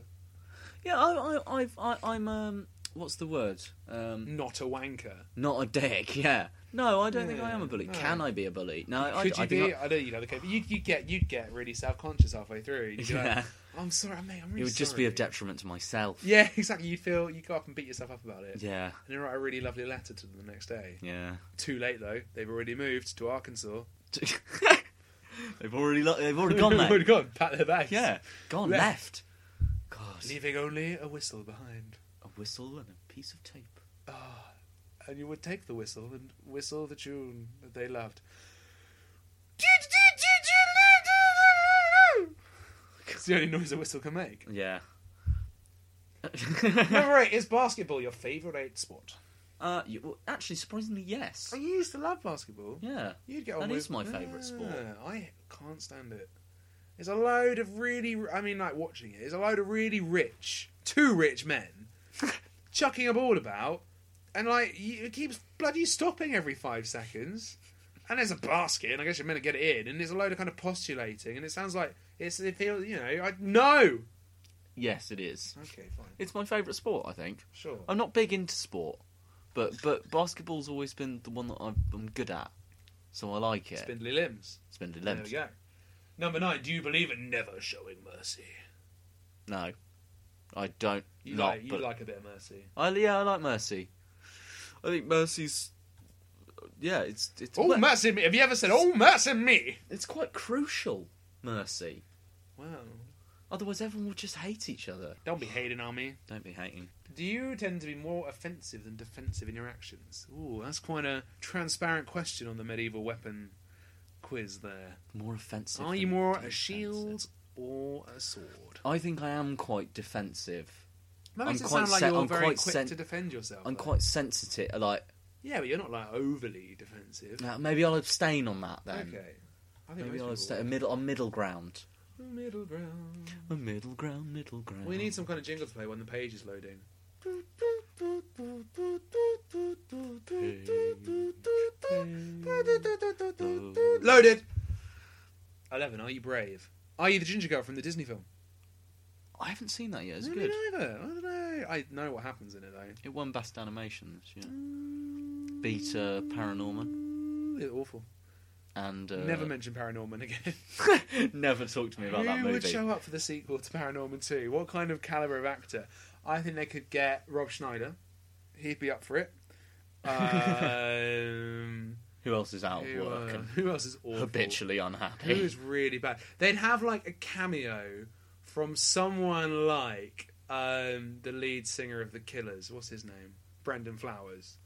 E: Yeah, I, I, I've, I, I'm. Um, what's the word? Um,
B: Not a wanker.
E: not a dick. Yeah. No, I don't think I am a bully.
B: no.
E: Can I be a bully? No, I,
B: Could you
E: I think
B: be? Oh
E: I-
B: I, know you know the case, but you you get you would get really self conscious halfway through. You'd be
E: Yeah.
B: Like, I'm sorry, mate. I'm really
E: it would just be a
B: sorry."
E: detriment to myself.
B: Yeah, exactly. You'd feel you would go up and beat yourself up about it.
E: Yeah.
B: And then write a really lovely letter to them the next day.
E: Yeah.
B: Too late though. They've already moved to Arkansas.
E: they've already, lo- they've already gone
B: Already
E: there.
B: gone. Pat their bags.
E: Yeah. Gone left.
B: Left.
E: God.
B: Leaving only a whistle behind.
E: A whistle and a piece of tape.
B: And you would take the whistle and whistle the tune that they loved. It's the only noise a whistle can make.
E: Yeah.
B: Number eight is basketball your favourite eight sport.
E: uh, you, well, actually, surprisingly, yes.
B: I used to love basketball.
E: Yeah.
B: You'd get on
E: That
B: with
E: is my favourite sport.
B: Yeah, I can't stand it. There's a load of really, I mean, like watching it. There's a load of really rich two rich men chucking a ball about, and like y- it keeps bloody stopping every five seconds. And there's a basket, and I guess you're meant to get it in, and there's a load of kind of postulating, and it sounds like it's it feels you know I no.
E: Yes, it is.
B: Okay, fine,
E: It's my favourite sport, I think.
B: sure.
E: I'm not big into sport, but but basketball's always been the one that I've, I'm good at, so I like it.
B: Spindly limbs.
E: Spindly
B: There we
E: limbs.
B: go. Number nine. Do you believe in never showing mercy?
E: No, I don't.
B: You
E: not,
B: like you
E: but
B: like a bit of mercy.
E: I yeah, I like mercy. I think mercy's yeah, it's it's
B: Oh,
E: well,
B: mercy me! Have you ever said oh mercy me?
E: it's quite crucial. Mercy,
B: Wow.
E: otherwise everyone will just hate each other.
B: Don't be hating on me.
E: Don't be hating.
B: Do you tend to be more offensive than defensive in your actions? Ooh, that's quite a transparent question on the medieval weapon quiz there.
E: More offensive.
B: Are you
E: than
B: more a
E: defensive.
B: shield or a sword?
E: I think I am quite defensive.
B: That
E: I'm
B: makes it
E: quite
B: sound like
E: sen-
B: you're
E: I'm
B: very
E: quite
B: quick
E: sen-
B: to defend yourself.
E: I'm
B: though.
E: quite sensitive. Like
B: Yeah, but you're not like overly defensive.
E: uh, maybe I'll abstain on that then.
B: okay. I think
E: Maybe
B: most people
E: I'll abstain. A
B: will.
E: middle, a middle ground.
B: middle ground.
E: A middle ground, middle ground.
B: We need some kind of jingle to play when the page is loading. Loaded. Eleven. Are you brave? Are you the ginger girl from the Disney film?
E: I haven't seen that yet. It's
B: I
E: good.
B: don't either. I don't know. I know what happens in it though.
E: It won Best Animation this year. Beat uh, Paranorman
B: It's awful.
E: and uh,
B: Never mention Paranorman again.
E: never talk to me about that
B: Who would
E: movie.
B: show up for the sequel to Paranorman Two? What kind of caliber of actor? I think they could get Rob Schneider. He'd be up for it. Um,
E: Who else is out of
B: who,
E: work
B: uh,
E: and
B: who else is awful?
E: habitually
B: Who
E: unhappy?
B: is really bad? They'd have like a cameo from someone like um, the lead singer of the Killers. What's his name? Brandon Flowers.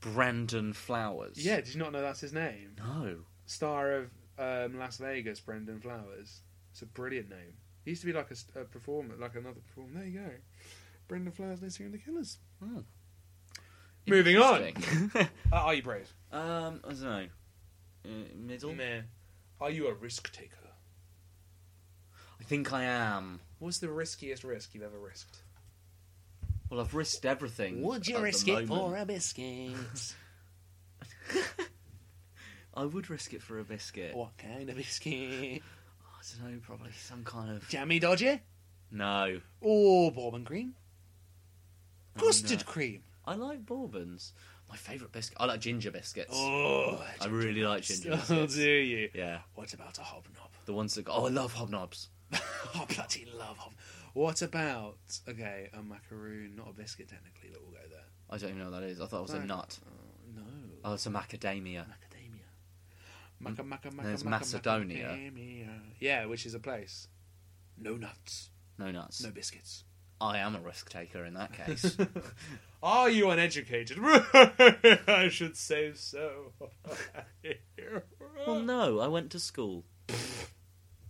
E: Brandon Flowers.
B: Yeah, did you not know that's his name?
E: No.
B: Star of um, Las Vegas, Brandon Flowers. It's a brilliant name. He used to be like a, s- a performer, like another performer. There you go. Brandon Flowers, lead singer of the Killers. Hmm.
E: Oh.
B: Moving on.
E: Interesting.
B: Uh, are you brave?
E: um, I don't know. Uh, middle.
B: Meh. Are you a risk taker?
E: I think I am.
B: What's the riskiest risk you've ever risked?
E: Well, I've risked everything. at the moment.
C: a biscuit?
E: I would risk it for a biscuit.
C: what kind of biscuit?
E: I don't know, probably some kind of.
C: Jammy dodger
E: No.
C: or bourbon cream? Custard
E: No.
C: cream.
E: I like bourbons. My favourite biscuit. I like ginger biscuits.
C: Oh,
E: I really like ginger
C: oh,
E: biscuits.
C: do you?
E: Yeah,
C: What about a hobnob?
E: the ones that. Go, oh, I love hobnobs.
B: Oh,
C: I bloody love hob.
B: What about okay, a macaroon, not a biscuit technically, that will go there.
E: I don't even know what that is. I thought it was a
B: No.
E: nut.
B: No,
E: Oh, it's a macadamia.
B: macadamia. Maca, maca, maca,
E: there's
B: maca,
E: Macedonia.
B: macadamia. Yeah, which is a place. No nuts,
E: No nuts.
B: no biscuits.
E: I am a risk taker in that case.
B: Are you uneducated? I should say so.
E: well, no, I went to school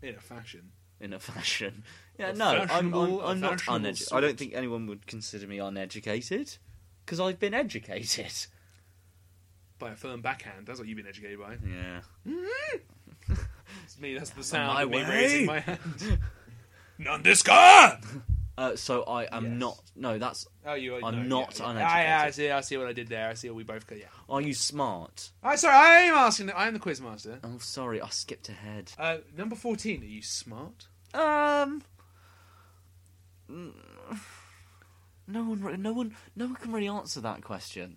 B: In a fashion.
E: in a fashion. Yeah,
B: A
E: no, I'm, I'm,
B: fashionable- a
E: I'm not
B: fashionable
E: uneducated.
B: sort.
E: I don't think anyone would consider me uneducated because I've been educated.
B: By a firm backhand, that's what you've been educated by.
E: Yeah.
B: It's me, that's the sound
E: my
B: of me
E: way.
B: raising my hand.
C: Nondisca!
E: Uh, so I am
B: Yes.
E: not. No, that's.
B: Oh, you are
E: I'm
B: no,
E: not
B: yeah, yeah.
E: uneducated.
B: I, I see, I see what I did there. I see what we both got, yeah.
E: Are you smart?
B: I sorry, I am asking. I am the quiz master.
E: Oh, sorry, I skipped ahead.
B: Uh, number fourteen. Are you smart?
E: Um. mm, No one, re- no one, no one can really answer that question.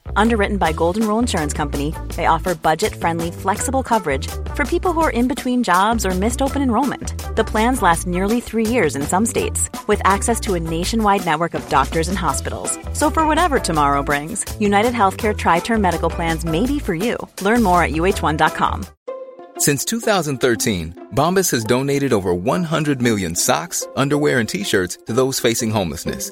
F: Underwritten by Golden Rule Insurance Company, they offer budget friendly, flexible coverage for people who are in between jobs or missed open enrollment. The plans last nearly three years in some states, with access to a nationwide network of doctors and hospitals. So, for whatever tomorrow brings, United Healthcare Tri Term Medical Plans may be for you. Learn more at uh1.com.
D: Since 2013, Bombas has donated over 100 million socks, underwear, and t shirts to those facing homelessness.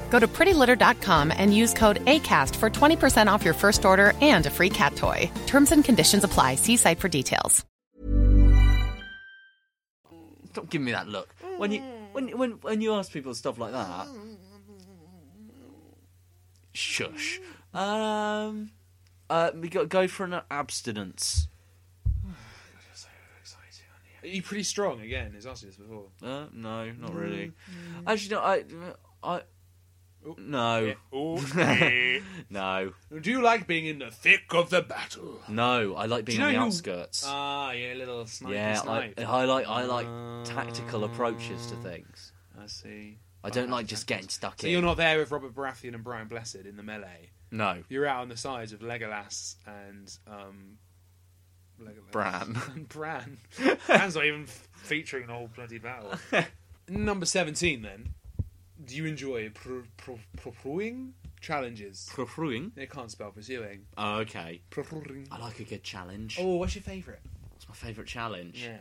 G: Go to prettylitter.com and use code ACAST for 20% off your first order and a free cat toy. Terms and conditions apply. See site for details.
E: Don't give me that look. When you when when when you ask people stuff like that, shush. Um, uh, we got go for an abstinence.
B: Are you pretty strong again? He's asked you this before.
E: Uh, no, not really. Actually, no. I, I, no,
B: Oh,
E: no,
B: do you like being in the thick of the battle?
E: no. I like being
B: you
E: on the
B: know who-
E: outskirts.
B: Ah, yeah, little snipe.
E: yeah,
B: snipe.
E: I, I like I like tactical approaches to things.
B: I see.
E: I don't like just getting stuck
B: So
E: in.
B: you're not there with Robert Baratheon and Brian Blessed in the melee.
E: No,
B: You're out on the sides of Legolas and um, Legolas.
E: Bran.
B: And Bran. Bran's not even f- featuring the whole bloody battle. Number seventeen. Then, do you enjoy pr- pr- pr- pursuing challenges?
E: Pursuing.
B: They can't spell pursuing.
E: Oh, okay.
B: Pursuing.
E: I like a good challenge.
B: Ah. Oh, what's your favourite?
E: What's my favourite challenge?
B: Yeah.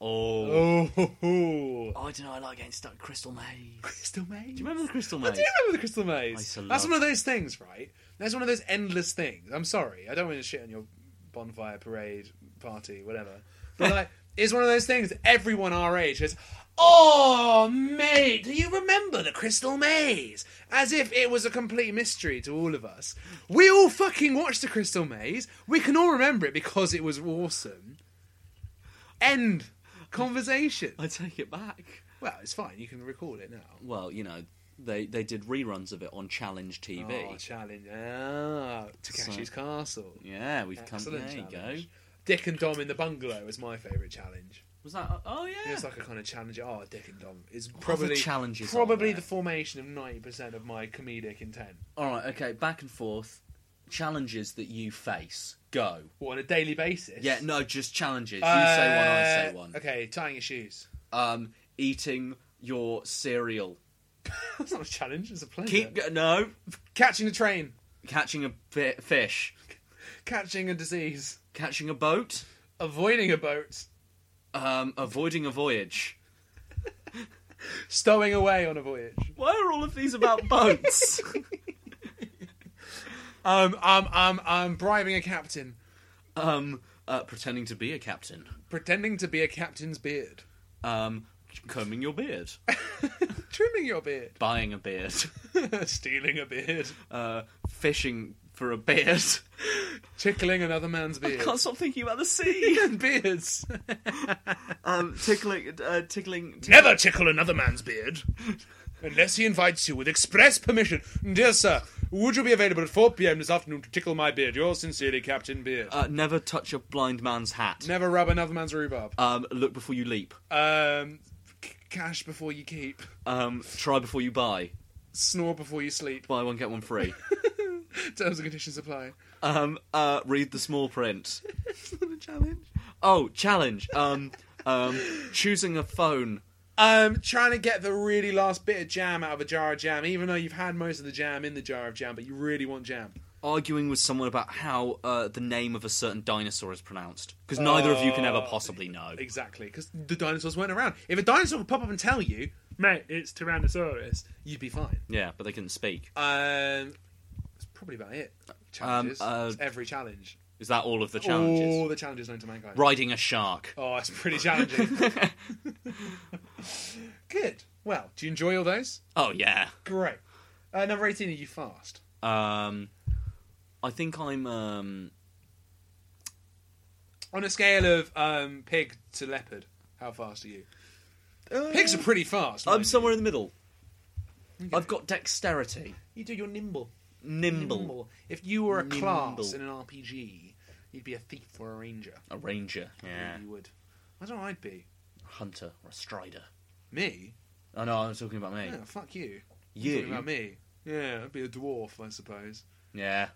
E: Oh.
B: Oh, ho, ho.
E: I don't know. I like getting stuck in crystal maze.
B: crystal maze.
E: Do you remember the crystal
B: I
E: maze?
B: do remember the crystal maze.
E: I used to
B: That's
E: love-
B: one of those things, right? That's one of those endless things. I'm sorry, I don't want to shit on your bonfire parade party, whatever. But like, it's one of those things. that Everyone our age goes, "Oh, mate, do you remember the crystal maze?" As if it was a complete mystery to all of us. We all fucking watched the crystal maze. We can all remember it because it was awesome. End conversation.
E: I take it back.
B: Well, it's fine. You can record it now.
E: Well, you know, they they did reruns of it on Challenge TV.
B: Oh, challenge. Ah, Takashi's Castle.
E: yeah, we've come.
B: Excellent
E: There you go.
B: challenge. Dick and Dom in the Bungalow is my favourite challenge.
E: Was that? Oh yeah.
B: It's like a kind of challenge. Oh, Dick and Dom is
E: other
B: probably
E: challenges are
B: probably
E: there?
B: the formation of ninety percent of my comedic intent.
E: All right. Okay. Back and forth. Challenges that you face. Go.
B: What on a daily basis?
E: Yeah. No. Just challenges. You
B: Uh,
E: say one. I say one.
B: Okay, tying your shoes.
E: Um, eating your cereal.
B: That's not a challenge. It's a pleasure.
E: Keep go- no.
B: Catching a train,
E: Catching a fi- fish.
B: catching a disease,
E: Catching a boat.
B: avoiding a boat,
E: Um, avoiding a voyage.
B: stowing away on a voyage.
E: Why are all of these about boats?
B: Um, um, um, um, bribing a captain,
E: um, uh, pretending to be a captain.
B: pretending to be a captain's beard,
E: Um, combing your beard.
B: trimming your beard.
E: Buying a beard.
B: Stealing a beard.
E: Uh, fishing for a beard.
B: Tickling another man's beard.
E: Can't stop thinking about the sea.
B: And beards.
E: um, tickling, uh, tickling.
B: Never tickle another man's beard. Unless he invites you with express permission. Dear sir, would you be available at 4 pm this afternoon to tickle my beard? Yours sincerely, Captain Beard.
E: Uh, never touch a blind man's hat.
B: Never rub another man's rhubarb.
E: um, look before you leap.
B: Um, c- cash before you keep.
E: Um, try before you buy.
B: Snore before you sleep.
E: Buy one get one free.
B: Terms and conditions apply.
E: Um, uh, read the small print. challenge. Oh, challenge. Um, um, choosing a phone.
B: Um, trying to get the really last bit of jam out of a jar of jam, even though you've had most of the jam in the jar of jam, but you really want jam.
E: Arguing with someone about how uh, the name of a certain dinosaur is pronounced, because neither of you can ever possibly know.
B: Exactly, because the dinosaurs weren't around. If a dinosaur would pop up and tell you, mate, it's Tyrannosaurus, you'd be fine.
E: Yeah, but they couldn't speak.
B: Um, that's probably about it. Challenges.
E: uh,
B: It's every challenge.
E: Is that all of the challenges?
B: All the challenges known to mankind.
E: Riding a shark.
B: Oh, it's pretty challenging. Good. Well, do you enjoy all those?
E: Oh yeah.
B: Great. Uh, number 18, are you fast?
E: Um, I think I'm. Um,
B: On a scale of um, pig to leopard, how fast are you? Pigs are pretty fast.
E: I'm
B: mind
E: somewhere in the middle. I've got dexterity,
B: you. You do, you're nimble.
E: nimble,
B: nimble. If you were a class
E: Nimble.
B: in an RPG, you'd be a thief or a ranger.
E: a ranger,
B: Yeah.
E: yeah,
B: You would. I don't know. I'd be
E: a hunter or a strider.
B: me.
E: I know. I'm talking about me.
B: Yeah, fuck you. You're talking
E: You?
B: about me? Yeah, I'd be a dwarf, I suppose.
E: Yeah.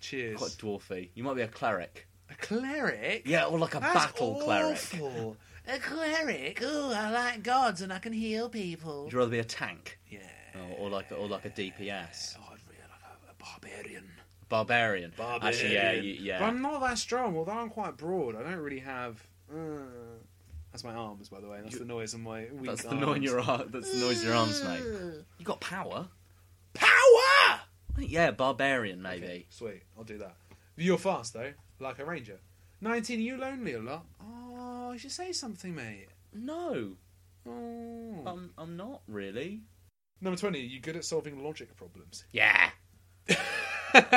B: Cheers.
E: Quite dwarfy. You might be a cleric.
B: A cleric?
E: Yeah, or like a battle cleric.
B: awful. A cleric? Ooh, I like gods and I can heal people.
E: You'd rather be a tank.
B: Yeah.
E: Or, or like or like a DPS.
B: Oh, I'd really like a, a barbarian.
E: Barbarian.
B: Barbarian.
E: Actually, yeah, you, yeah.
B: But I'm not that strong, although I'm quite broad. I don't really have. Uh... That's my arms, by the way. That's the noise of my weak
E: That's the
B: arms.
E: noise in your ar- That's the noise in your arms, mate. You got power.
B: Power!
E: I think, Yeah, barbarian maybe.
B: Sweet, I'll do that. You're fast though, like a ranger. Nineteen, you lonely a lot. Oh, you should say something, mate.
E: No,
B: Oh.
E: I'm. I'm not really.
B: Number twenty, you good at solving logic problems.
E: Yeah.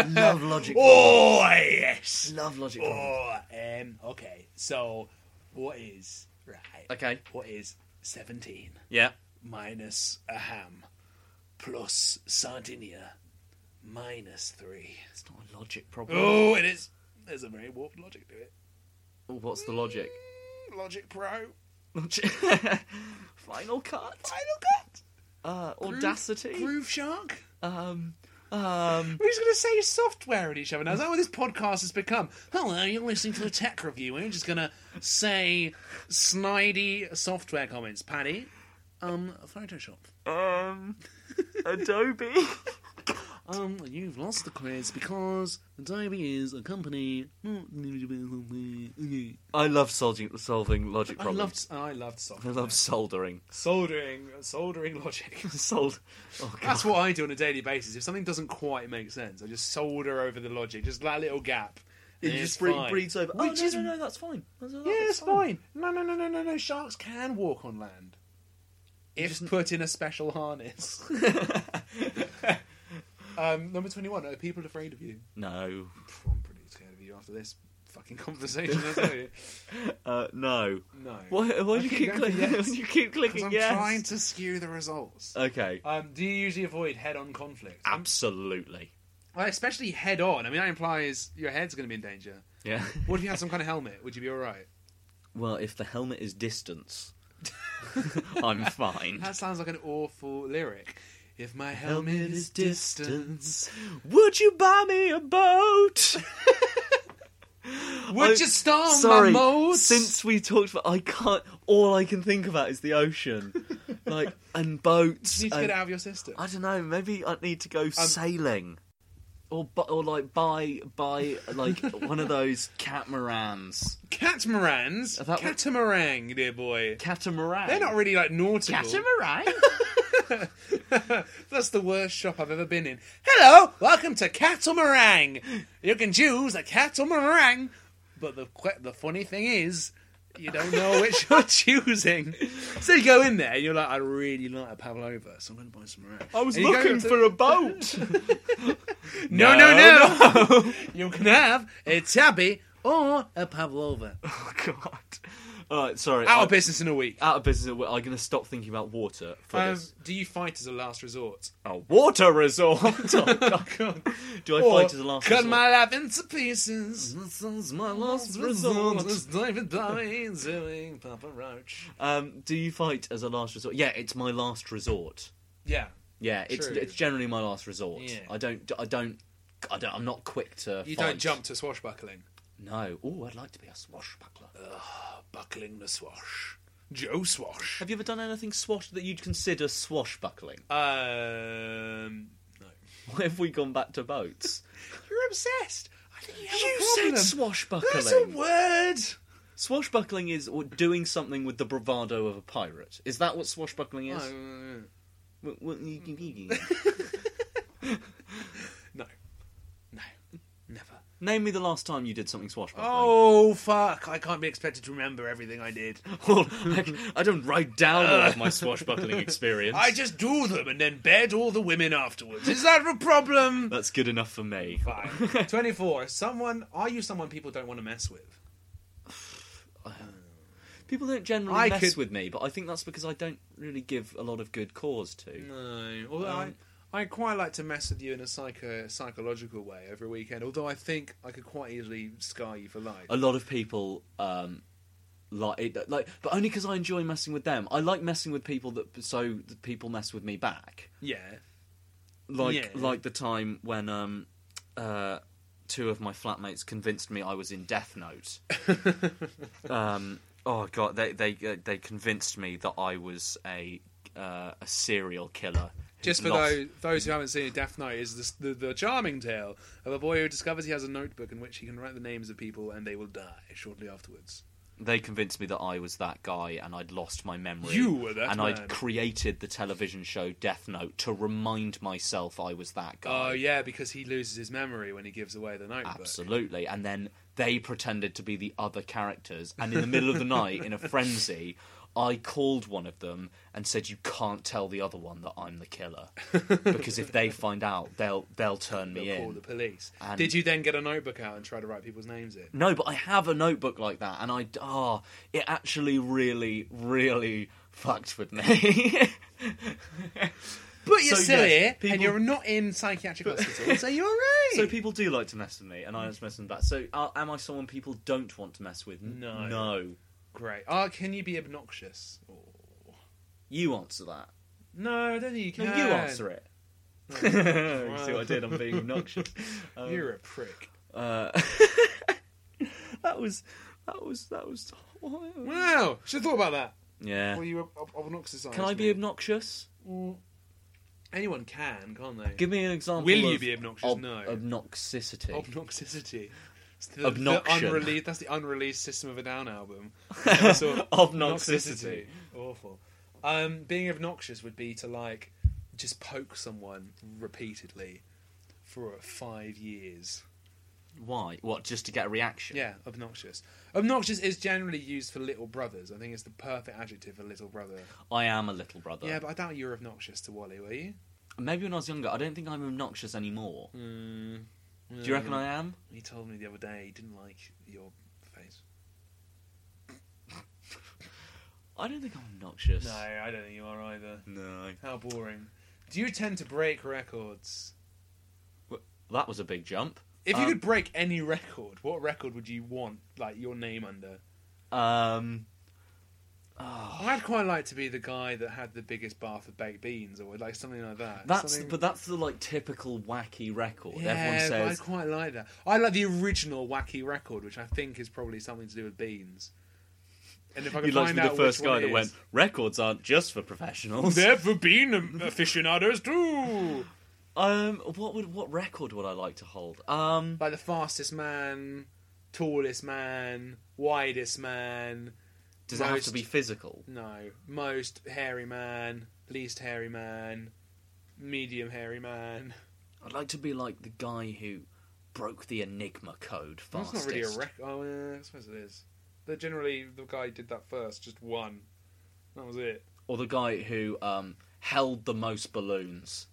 E: Love logic.
B: Oh yes.
E: Love logic.
B: Oh, um, okay. So, what is right?
E: Okay.
B: What is seventeen
E: Yeah.
B: minus a ham plus Sardinia minus three?
E: It's not a logic problem.
B: Oh, it is. There's a very warped logic to it.
E: Oh, What's the logic?
B: Logic Pro.
E: Logic. Final cut.
B: Final cut.
E: Uh, audacity.
B: Groove Shark.
E: Um. Um.
B: We're just going to say software at each other now. Is that what this podcast has become? Hello, you're listening to the tech review. We're just going to say snidey software comments. Paddy, um, Photoshop.
E: Um. Adobe.
B: Um, you've lost the quiz because Adobe is a company. I
E: I love solving solving logic
B: loved,
E: problems.
B: I loved
E: I
B: software.
E: love soldering.
B: soldering, soldering logic.
E: Sold. Oh god.
B: That's what I do on a daily basis. If something doesn't quite make sense, I just solder over the logic, just that little gap.
E: It
B: And
E: just
B: it's
E: bre-
B: fine.
E: breathes over. oh
B: Which
E: no,
B: is
E: no, no, that's fine. That's, "Oh, that's
B: Yeah, it's Oh, fine. No, no, no, no, no, no. Sharks can walk on land. If put in a special harness. um, number 21. Are people afraid of you?
E: No,
B: I'm pretty scared of you after this fucking conversation, I tell you.
E: uh, no.
B: No.
E: Why? Why do you
B: keep
E: keep
B: going for
E: clicking?
B: yes.
E: you keep
B: Because
E: clicking
B: I'm
E: yes.
B: trying to skew the results.
E: Okay.
B: Um, do you usually avoid head-on conflict?
E: Absolutely.
B: Well, especially head-on. I mean, that implies your head's going to be in danger.
E: Yeah.
B: What if you had some kind of helmet? Would you be all right?
E: Well, if the helmet is distance, I'm fine.
B: That sounds like an awful lyric. If my helmet, is distance,
E: Would you buy me a boat?
B: would
E: I-
B: you storm
E: Sorry,
B: my moats?
E: since we talked about, I can't. All I can think about is the ocean, like and boats.
B: you need to get
E: and-
B: it out of your system.
E: I don't know. Maybe I need to go sailing, Um, or bu- or like buy buy like one of those catamarans.
B: Catamarans,
E: I thought-
B: catamarang, dear boy.
E: Catamaran.
B: They're not really like nautical.
E: catamaran.
B: That's the worst shop I've ever been in. Hello, welcome to Catamarang. You can choose a catamarang, but the que- the funny thing is, you don't know which you're choosing. So you go in there and you're like, I really like a pavlova, so I'm going to buy some meringue.
E: I was
B: And you go
E: looking
B: to-
E: for a boat.
B: No, no, no. you can have a tabby or a pavlova.
E: oh God. All right, sorry.
B: Out
E: I-
B: of business in a week.
E: Out of business. We're- I'm going to stop thinking about water for
B: Um,
E: this.
B: do you fight as a last resort?
E: A water resort. Oh, God. Do I fight as a last
B: cut
E: resort?
B: my life into pieces.
E: This is my last
B: Resort
E: resort.
B: is David Bowie doing Papa Roach.
E: Um, do you fight as a last resort? Yeah, it's my last resort.
B: Yeah.
E: Yeah, it's
B: True.
E: it's generally my last resort.
B: Yeah.
E: I don't I don't I don't I'm not quick to
B: You
E: fight.
B: don't jump to swashbuckling.
E: No. Oh, I'd like to be a swashbuckler.
B: Buckling the swash. Joe Swash.
E: Have you ever done anything swash that you'd consider swashbuckling?
B: Um. No.
E: What have we gone back to boats?
B: You're obsessed. I think you have
E: You
B: a problem.
E: said swashbuckling.
B: That's a word.
E: Swashbuckling is or doing something with the bravado of a pirate. Is that what swashbuckling is?
B: Uh,
E: W- w-
B: no. No. Never.
E: Name me the last time you did something swashbuckling.
B: Oh fuck! I can't be expected to remember everything I did.
E: Well, I, I don't write down all of my swashbuckling experience.
B: I just do them and then bed all the women afterwards. Is that a problem?
E: That's good enough for me.
B: Fine. Twenty-four. Someone. Are you someone people don't want to mess with?
E: People don't generally
B: I
E: mess
B: could-
E: with me, but I think that's because I don't really give a lot of good cause to.
B: No. Although I, I quite like to mess with you in a psycho psychological way over a weekend. Although I think I could quite easily scar you for life.
E: A lot of people um, like it, like, but only because I enjoy messing with them. I like messing with people that so that people mess with me back.
B: yeah.
E: like
B: Yeah.
E: like the time when um, uh, two of my flatmates convinced me I was in Death Note. um, oh god, they they uh, they convinced me that I was a uh, a serial killer. who'd
B: Just for
E: lost-
B: those, those who haven't seen it, Death Note is this, the, the charming tale of a boy who discovers he has a notebook in which he can write the names of people and they will die shortly afterwards.
E: they convinced me that I was that guy and I'd lost my memory.
B: You were that
E: and
B: man.
E: I'd created the television show Death Note to remind myself I was that guy.
B: Oh, yeah, because he loses his memory when he gives away the notebook.
E: Absolutely. And then they pretended to be the other characters. And in the middle of the night, in a frenzy, I called one of them and said, "You can't tell the other one that I'm the killer, because if they find out, they'll they'll turn me
B: They'll
E: in."
B: call the police.
E: And-
B: Did you then get a notebook out and try to write people's names in?
E: No, but I have a notebook like that, and I ah, it actually really, really fucked with me.
B: But you're
E: So,
B: still
E: yes,
B: here, and
E: people-
B: you're not in psychiatric hospital, so you're alright.
E: so people do like to mess with me, and I just mess with them back. So uh, am I someone people don't want to mess with?
B: No.
E: no.
B: Great. Oh, can you be obnoxious? Oh.
E: You answer that.
B: No, I don't think you
E: No,
B: can.
E: you answer it. You See what I did? I'm being obnoxious. Um, uh,
B: You're a prick.
E: that was, that was, that was.
B: Wow, should have thought about that.
E: Yeah.
B: Well, you ob- ob- obnoxious?
E: Can I be obnoxious?
B: Anyone can, can't they?
E: Give me an example.
B: Will you
E: of
B: be obnoxious?
E: ob-
B: No.
E: Obnoxicity.
B: Obnoxicity. It's The, the
E: Obnoxion.
B: unreleased, that's the unreleased System of a Down album. I saw
E: Obnoxicity.
B: Awful. Um, being obnoxious would be to like just poke someone repeatedly for five years.
E: Why? What? Just to get a reaction?
B: Yeah, obnoxious. Obnoxious is generally used for little brothers. I think it's the perfect adjective for little brother.
E: I am a little brother.
B: Yeah, but I doubt you were obnoxious to Wally, were you?
E: Maybe when I was younger, I don't think I'm obnoxious anymore.
B: Hmm. Mm.
E: Do you reckon I am?
B: He told me the other day he didn't like your face.
E: I don't think I'm obnoxious.
B: No, I don't think you are either.
E: No.
B: How boring. Do you tend to break records?
E: That was a big jump.
B: If you
E: Um,
B: could break any record, what record would you want like your name under?
E: Um, Oh.
B: I'd quite like to be the guy that had the biggest bath of baked beans or like something like that.
E: that's
B: Something-
E: but that's the like typical wacky record.
B: yeah,
E: Everyone
B: but
E: says
B: I quite like that. I like the original wacky record, which I think is probably something to do with beans. And if I could
E: you'd like to
B: find
E: be
B: out
E: the first
B: which one
E: guy
B: it
E: that
B: is-
E: went. Records aren't just for professionals.
B: There have been aficionados too.
E: Um, what would what record would I like to hold? Um,
B: like the fastest man, tallest man, widest man,
E: does it have to
B: most-
E: be physical?
B: no, most hairy man, least hairy man, medium hairy man.
E: I'd like to be like the guy who broke the Enigma code fastest.
B: That's not really a record. Oh, yeah, I suppose it is. They're generally the guy did that first, just one. That was it.
E: or the guy who um, held the most balloons.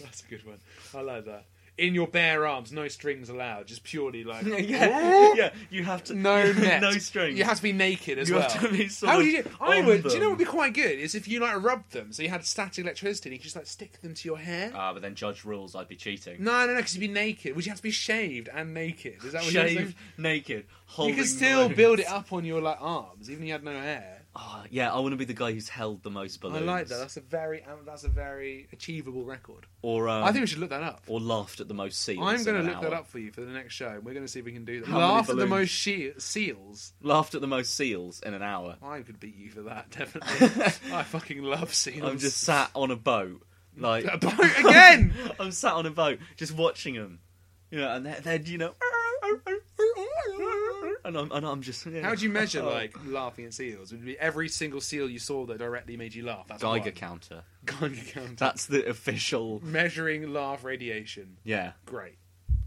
B: That's a good one. I like that. In your bare arms, no strings allowed. Just purely like
E: yeah, yeah. You have to
B: no net,
E: no strings.
B: You have to be naked as
E: You
B: well.
E: have to be sort
B: How
E: of
B: do you? Do, I
E: on
B: would. Do you know what
E: them.
B: would be quite good is if you like rubbed them, so you had static electricity, and you could just like stick them to your hair.
E: Ah, but then judge rules. I'd be cheating.
B: no, no, no, because you'd be naked. Would you have to be shaved and naked? Is that what you're saying?
E: Shaved, naked,
B: You
E: holding.
B: could still
E: balloons.
B: build it up on your like arms, even if you had no hair.
E: Ah, yeah, I want to be the guy who's held the most balloons.
B: I like that. That's a very um, that's a very achievable record.
E: Or um,
B: I think we should look that up.
E: or laughed at the most seals.
B: I'm going
E: in
B: to
E: an
B: look that
E: hour.
B: up for you for the next show. and We're going to see if we can do that.
E: How many
B: Laugh at the
E: balloons?
B: most she- seals.
E: Laughed at the most seals in an hour.
B: I could beat you for that, definitely. I fucking love seals.
E: I'm just sat on a boat, like
B: A boat again!
E: I'm sat on a boat, just watching them, you know, and they're, they're you know, and I'm and I'm just.
B: How do you measure
E: Oh.
B: like laughing at seals? Would it be every single seal you saw that directly made you laugh? That's
E: Geiger
B: one.
E: counter?
B: Geiger count.
E: That's the official.
B: Measuring laugh radiation.
E: Yeah,
B: Great.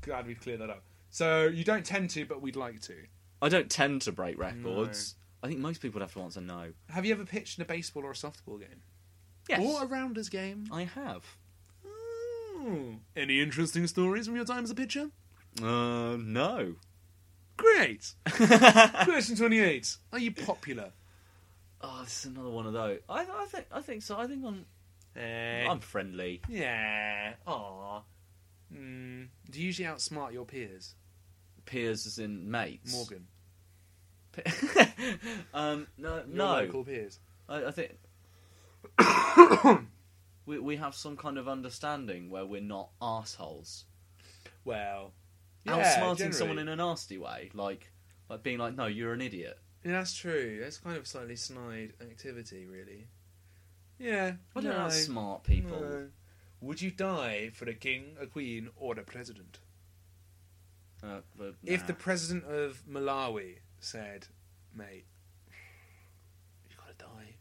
B: Glad we cleared that up. So you don't tend to, but we'd like to.
E: I don't tend to break records. I think most people would have to answer no.
B: Have you ever pitched in a baseball or a softball game?
E: Yes,
B: Or a rounders game?
E: I have.
B: Ooh. Any interesting stories from your time as a pitcher?
E: Uh, no.
B: Great. Question twenty-eight. Are you popular?
E: Oh, this is another one of those. I, I think I think so. I think I'm
B: Eh.
E: I'm friendly.
B: yeah. Aw. Mm. Do you usually outsmart your peers?
E: Peers as in mates.
B: Morgan.
E: Um, no,
B: Your
E: no.
B: Local peers.
E: I, I think. we, we have some kind of understanding where we're not assholes.
B: Well,
E: Outsmarting
B: generally.
E: someone in a nasty way, like like being like, no, you're an idiot.
B: Yeah, that's true. That's kind of slightly snide activity, really. Yeah.
E: I don't
B: no,
E: like smart people.
B: no. Would you die for the king, a queen, or the president?
E: Uh, but
B: If the
E: nah.
B: president of Malawi said, "Mate, you gotta die,"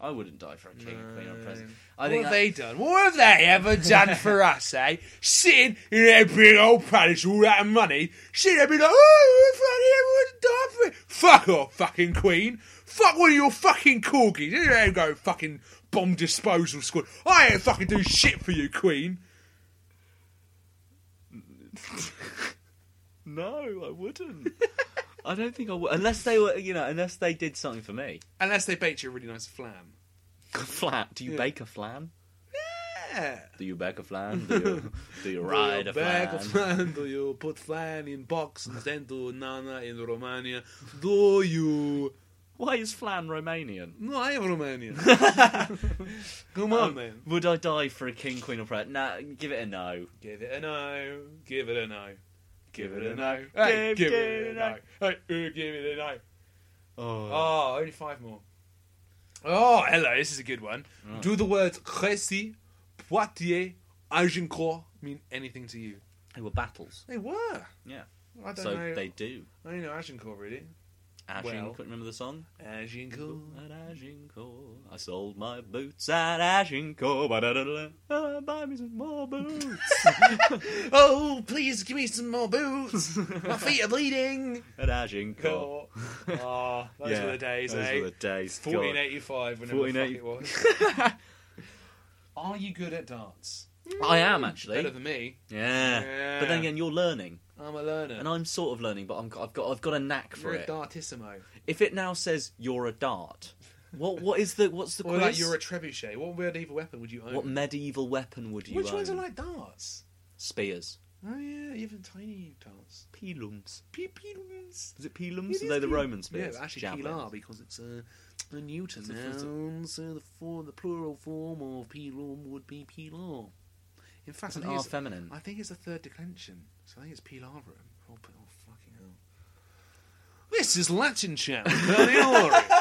E: I wouldn't die for a king, or queen, or a president. I
B: what
E: think
B: have
E: that-
B: they done? What have they ever done for us? Eh? Sitting in their big old palace, all that money, sitting there being like, "Oh, funny, everyone's dying for it." Fuck off, fucking queen. Fuck one of your fucking corgis. There you go, fucking bomb disposal squad. I ain't fucking do shit for you, queen.
E: No, I wouldn't. I don't think I would, unless they were, you know, unless they did something for me.
B: Unless they baked you a really nice flam.
E: Flan? Do you bake a flan?
B: Yeah.
E: Do you bake a flan? Do you, do you ride a
B: bag
E: flan?
B: of flan? Do you put flan in box and send to Nana in Romania? Do you?
E: Why is flan Romanian?
B: No, I am Romanian. Come
E: Um,
B: on, man.
E: Oh, Would I die for a king, queen, or president? Nah, give it a no.
B: Give it a no. Give it a no. Give it a no.
E: Hey,
B: Hey, give it a no. Hey, uh, give it a no.
E: Oh,
B: Oh, only five more. Oh, hello. This is a good one.
E: Oh.
B: Do the words Crécy, Poitiers, Agincourt mean anything to you?
E: they were battles.
B: They were.
E: Yeah.
B: I don't
E: So
B: know.
E: they do.
B: I don't know Agincourt really.
E: Agincourt,
B: Well.
E: remember the song?
B: Agincourt.
E: At Agincourt, I sold my boots at Agincourt. Ba-da-da-da-da. Ah, Buy me some more boots
B: Oh, please give me some more boots. My feet are bleeding.
E: at Agincourt.
B: Cool. Ah, those
E: Yeah,
B: were the days,
E: those
B: eh?
E: were the days, God.
B: 1485, whenever the
E: 1480.
B: fuck it was. are you good at dance?
E: I am actually.
B: Better than me.
E: Yeah. But then
B: Yeah.
E: again, you're learning,
B: I'm a learner.
E: and I'm sort of learning, but I'm, I've got I've got a knack for
B: You're
E: it.
B: a dartissimo.
E: If it now says you're a dart, what what is the what's the
B: Or
E: quiz?
B: like you're a trebuchet. What medieval weapon would you own?
E: What medieval weapon would you
B: Which
E: own?
B: ones are like darts?
E: spears?
B: Oh yeah, even tiny darts.
E: Pilums.
B: Peelums.
E: Is it pilums? Are they the Roman spears?
B: Yeah, actually
E: Javelins.
B: pilar because it's uh, a, a Newton
E: It's a- it's a-
B: noun, so uh, the form, the plural form of pilum would be pilar. In fact, I
E: Doesn't
B: think,
E: R
B: it's,
E: feminine?
B: I think it's the third declension, so I think it's pilarum. Oh, p- oh fucking hell! This is Latin, chap.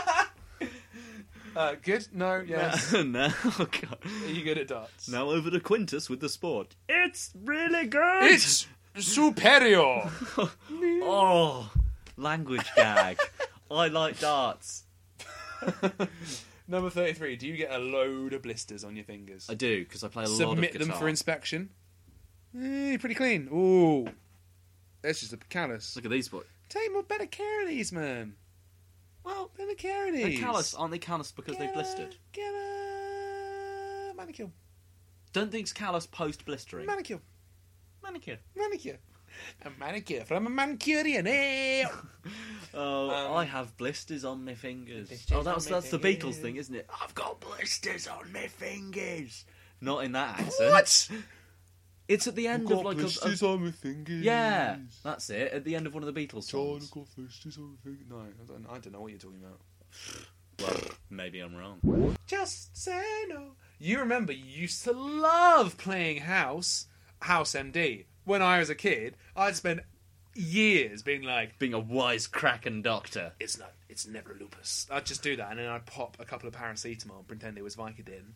B: uh, good? No. Yes.
E: no, oh God.
B: Are you good at darts?
E: Now over to Quintus with the sport. It's really good.
B: It's superior.
E: oh language gag. I like darts.
B: Number thirty-three. Do you get a load of blisters on your fingers?
E: I do because I play a lot of
B: submit them
E: guitar.
B: for inspection. Eh, pretty clean. Ooh, that's just a callus.
E: Look at these boys.
B: Take more better care of these, man. Well, better care of these.
E: They're callous, aren't they? Callous because they've blistered.
B: Get a manicure.
E: Don't think's callous post blistering.
B: Manicure.
E: Manicure.
B: Manicure. A manicure from a Mancurian. Eh?
E: Oh, I have blisters on my fingers.
B: Blisters
E: oh, that's
B: Um, on my
E: that's the Beatles thing, isn't it? I've got blisters on my fingers. Not in that accent. What? It's at the end of eh? like a, a
B: on my fingers.
E: yeah. That's it. At the end of one of the Beatles songs.
B: got blisters on my fingers. No, I don't, I don't know what you're talking about.
E: Well, maybe I'm wrong.
B: Just say no. You remember you used to love playing House, House MD. When I was a kid, I'd spend years being like,
E: Being a wise cracking doctor.
B: it's not, it's never lupus. I'd just do that, and then I'd pop a couple of paracetamol and pretend it was Vicodin.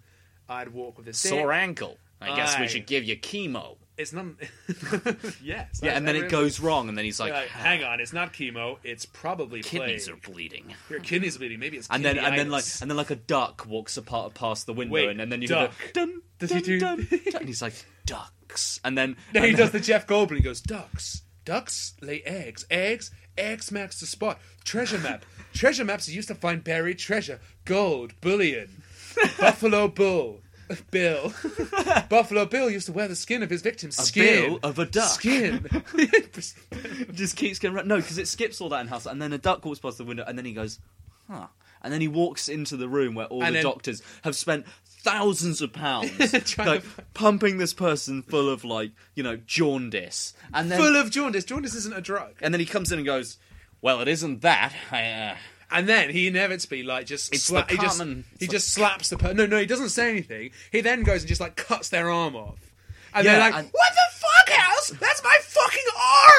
B: I'd walk with a stick.
E: Sore ankle. I guess
B: Aye.
E: we should give you chemo.
B: It's not. yes.
E: Yeah, and then it goes wrong, and then he's like,
B: Like, hang on, it's not chemo. It's probably
E: kidneys
B: plague.
E: are bleeding.
B: Your kidneys are bleeding. Maybe it's
E: and then and then like
B: kidneyitis.
E: and then like a duck walks apart past the window
B: Wait,
E: and, then you
B: duck.
E: hear the dun,
B: Does
E: dun,
B: he do-
E: dun, dun, and he's like ducks and then
B: No, he
E: and
B: does the Jeff Goldblum. He goes, ducks. Ducks lay eggs. Eggs. Eggs marks the spot. Treasure map. treasure maps are used to find buried treasure. Gold. Bullion. Buffalo Bull. Bill. Buffalo Bill used to wear the skin of his victim's skin.
E: bill of a duck.
B: Skin.
E: it just keeps going round. no because it skips all that in house and then a duck walks past the window and then he goes huh and then he walks into the room where all
B: And
E: the
B: then-
E: doctors have spent thousands of pounds
B: Trying
E: like
B: to-
E: pumping this person full of like you know jaundice and then
B: Full of jaundice. Jaundice isn't a drug.
E: and then he comes in and goes well it isn't that I, uh,
B: And then he inevitably like just
E: It's
B: sla-
E: the
B: he just
E: Cartman.
B: he
E: It's
B: just slaps the per- no no he doesn't say anything. He then goes and just like cuts their arm off. And
E: Yeah,
B: they're like,
E: and-
B: "What the fuck, House? That's my fucking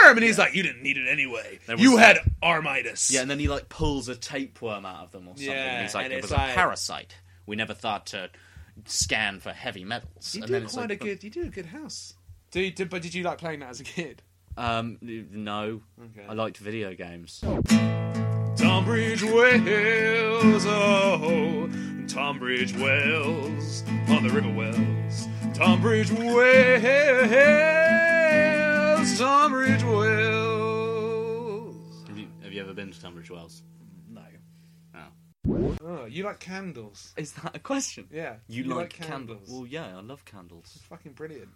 B: arm!" And he's like, "You didn't need it anyway.
E: was
B: You had
E: that-
B: armitis."
E: Yeah, and then he like pulls a tapeworm out of them or something.
B: Yeah,
E: and he's like,
B: and
E: it
B: it's
E: was
B: like-
E: a parasite. We never thought to scan for heavy metals.
B: you
E: and
B: do quite
E: then it's like,
B: a good. You do a good House. Do you, did, but did you like playing that as a kid?
E: Um, no, I liked video games.
B: Tom Bridge Wells, oh, Tom Bridge Wells, on the River Wells. Tom Bridge Wells, Tom Bridge Wells.
E: Have you, have you ever been to Tunbridge Wells?
B: No.
E: Oh.
B: Oh, you like candles.
E: Is that a question?
B: Yeah.
E: You,
B: You
E: like,
B: like
E: candles?
B: candles.
E: Well, yeah, I love candles.
B: Fucking brilliant.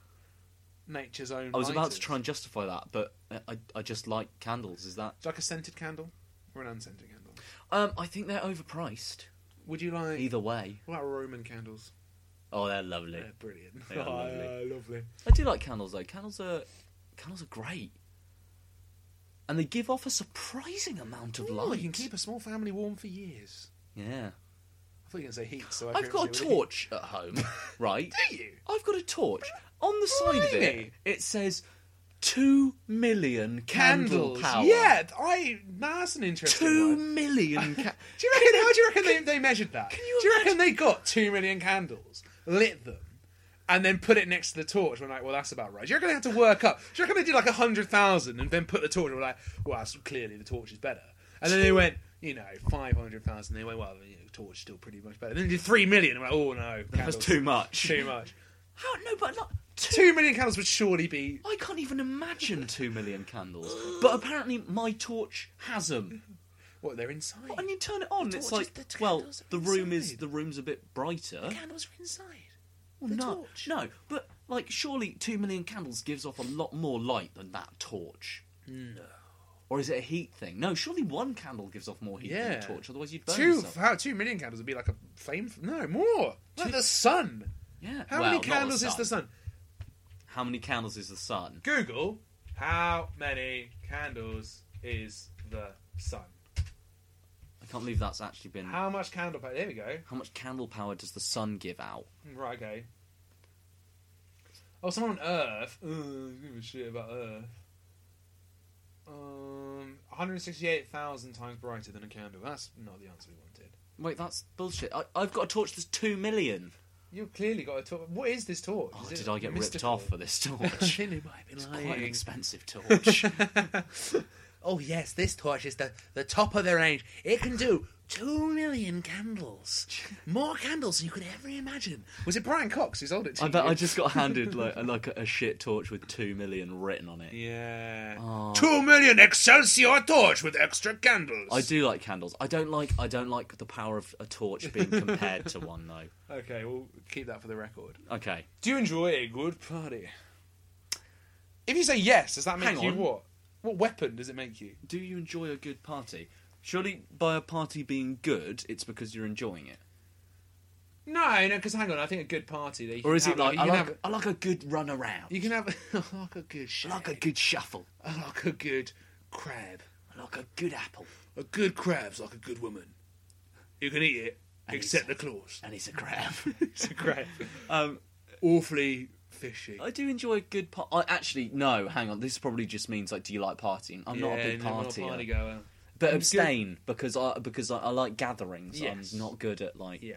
B: Nature's own.
E: I was about to
B: lighters.
E: try and justify that, but I, I, I just like candles. Is that?
B: Do you Like a scented candle or an unscented candle?
E: Um, I think they're overpriced.
B: Would you like.
E: Either way,
B: What about Roman candles?
E: oh, they're lovely.
B: They're brilliant.
E: They are
B: Oh,
E: lovely.
B: lovely.
E: I do like candles though. Candles are candles are great, and they give off a surprising amount of
B: Ooh,
E: light.
B: you can keep a small family warm for years.
E: Yeah,
B: I thought you were going to say heat, so I
E: I've got a
B: preempted it.
E: torch at home, right?
B: Do you?
E: I've got a torch. On the side of it,
B: Blimey.
E: it says two million candle
B: Candles.
E: power.
B: Yeah, I. That's an interesting
E: two
B: one.
E: million. Ca-
B: Do you reckon? How do you reckon they, they measured that?
E: you
B: do you reckon they got two million candles, lit them, and then put it next to the torch? We're like, well, that's about right. Do you reckon they had to work up? Do you reckon they did like a hundred thousand and then put the torch? We're like, well, that's, clearly the torch is better. And then they went, you know, five hundred thousand. They went, well, the torch is still pretty much better. Then they did three million. We're like, oh no,
E: That was
B: candles.
E: too much.
B: Too much.
E: How? No, but not two.
B: Two million candles would surely be.
E: I can't even imagine two million candles. But apparently, my torch has them.
B: What they're inside.
E: And you turn it on,
B: The
E: it's
B: torches-
E: like
B: the
E: well,
B: candles are
E: the room is
B: inside.
E: the room's a bit brighter.
B: candles are inside.
E: Well,
B: the
E: no,
B: torch.
E: no, but like surely two million candles gives off a lot more light than that torch. No. Or is it a heat thing? No, surely one candle gives off more heat than
B: Yeah.
E: a torch. Otherwise, you'd burn
B: two
E: yourself.
B: how two million candles would be like a flame no more like the sun
E: Yeah.
B: how
E: Well,
B: many
E: not the
B: candles is the
E: sun.
B: sun
E: How many candles is the sun?
B: google how many candles is the sun
E: I can't believe that's actually been. How,
B: how much candle power there we go
E: much candle power does the sun give out?
B: right okay oh someone on earth Ugh, give a shit about earth um 168,000 times brighter than a candle that's not the answer we wanted
E: Wait, that's bullshit. I, I've got a torch that's two million.
B: you've clearly got a torch what is this torch
E: Oh,
B: Is it
E: did I get
B: mystical?
E: ripped off for this torch?
B: Chin, it might be
E: it's
B: lying.
E: quite an expensive torch.
B: Oh yes, this torch is the, the top of the range. It can do two million candles, more candles than you could ever imagine. Was it Brian Cox who sold it to
E: I bet
B: you?
E: I just got handed like a, like a, a shit torch with two million written on it.
B: Yeah.
E: Oh.
B: Two million Excelsior torch with extra candles.
E: I do like candles. I don't like I don't like the power of a torch being compared to one though.
B: Okay, we'll keep that for the record.
E: Okay.
B: Do you enjoy a good party? If you say yes, does that make
E: Hang
B: you
E: on.
B: what? What weapon does it make you?
E: Do you enjoy a good party? Surely by a party being good, it's because you're enjoying it.
B: No, no. Because hang on, I think a good party. They
E: Or is it
B: have,
E: like,
B: you
E: I,
B: can
E: like
B: have?
E: I like a good run around.
B: You can have I like a good shake.
E: I like a good shuffle.
B: I like a good crab.
E: I like a good apple.
B: A good crab's like a good woman. You can eat it, except the claws.
E: And it's a crab.
B: It's a crab.
E: um
B: Awfully fishy.
E: I do enjoy a good part. I actually no, hang on. This probably just means like, do you like partying? I'm not a big party,
B: uh, goer.
E: but abstain because I because I, I like gatherings.
B: Yes.
E: I'm not good at like
B: Yeah.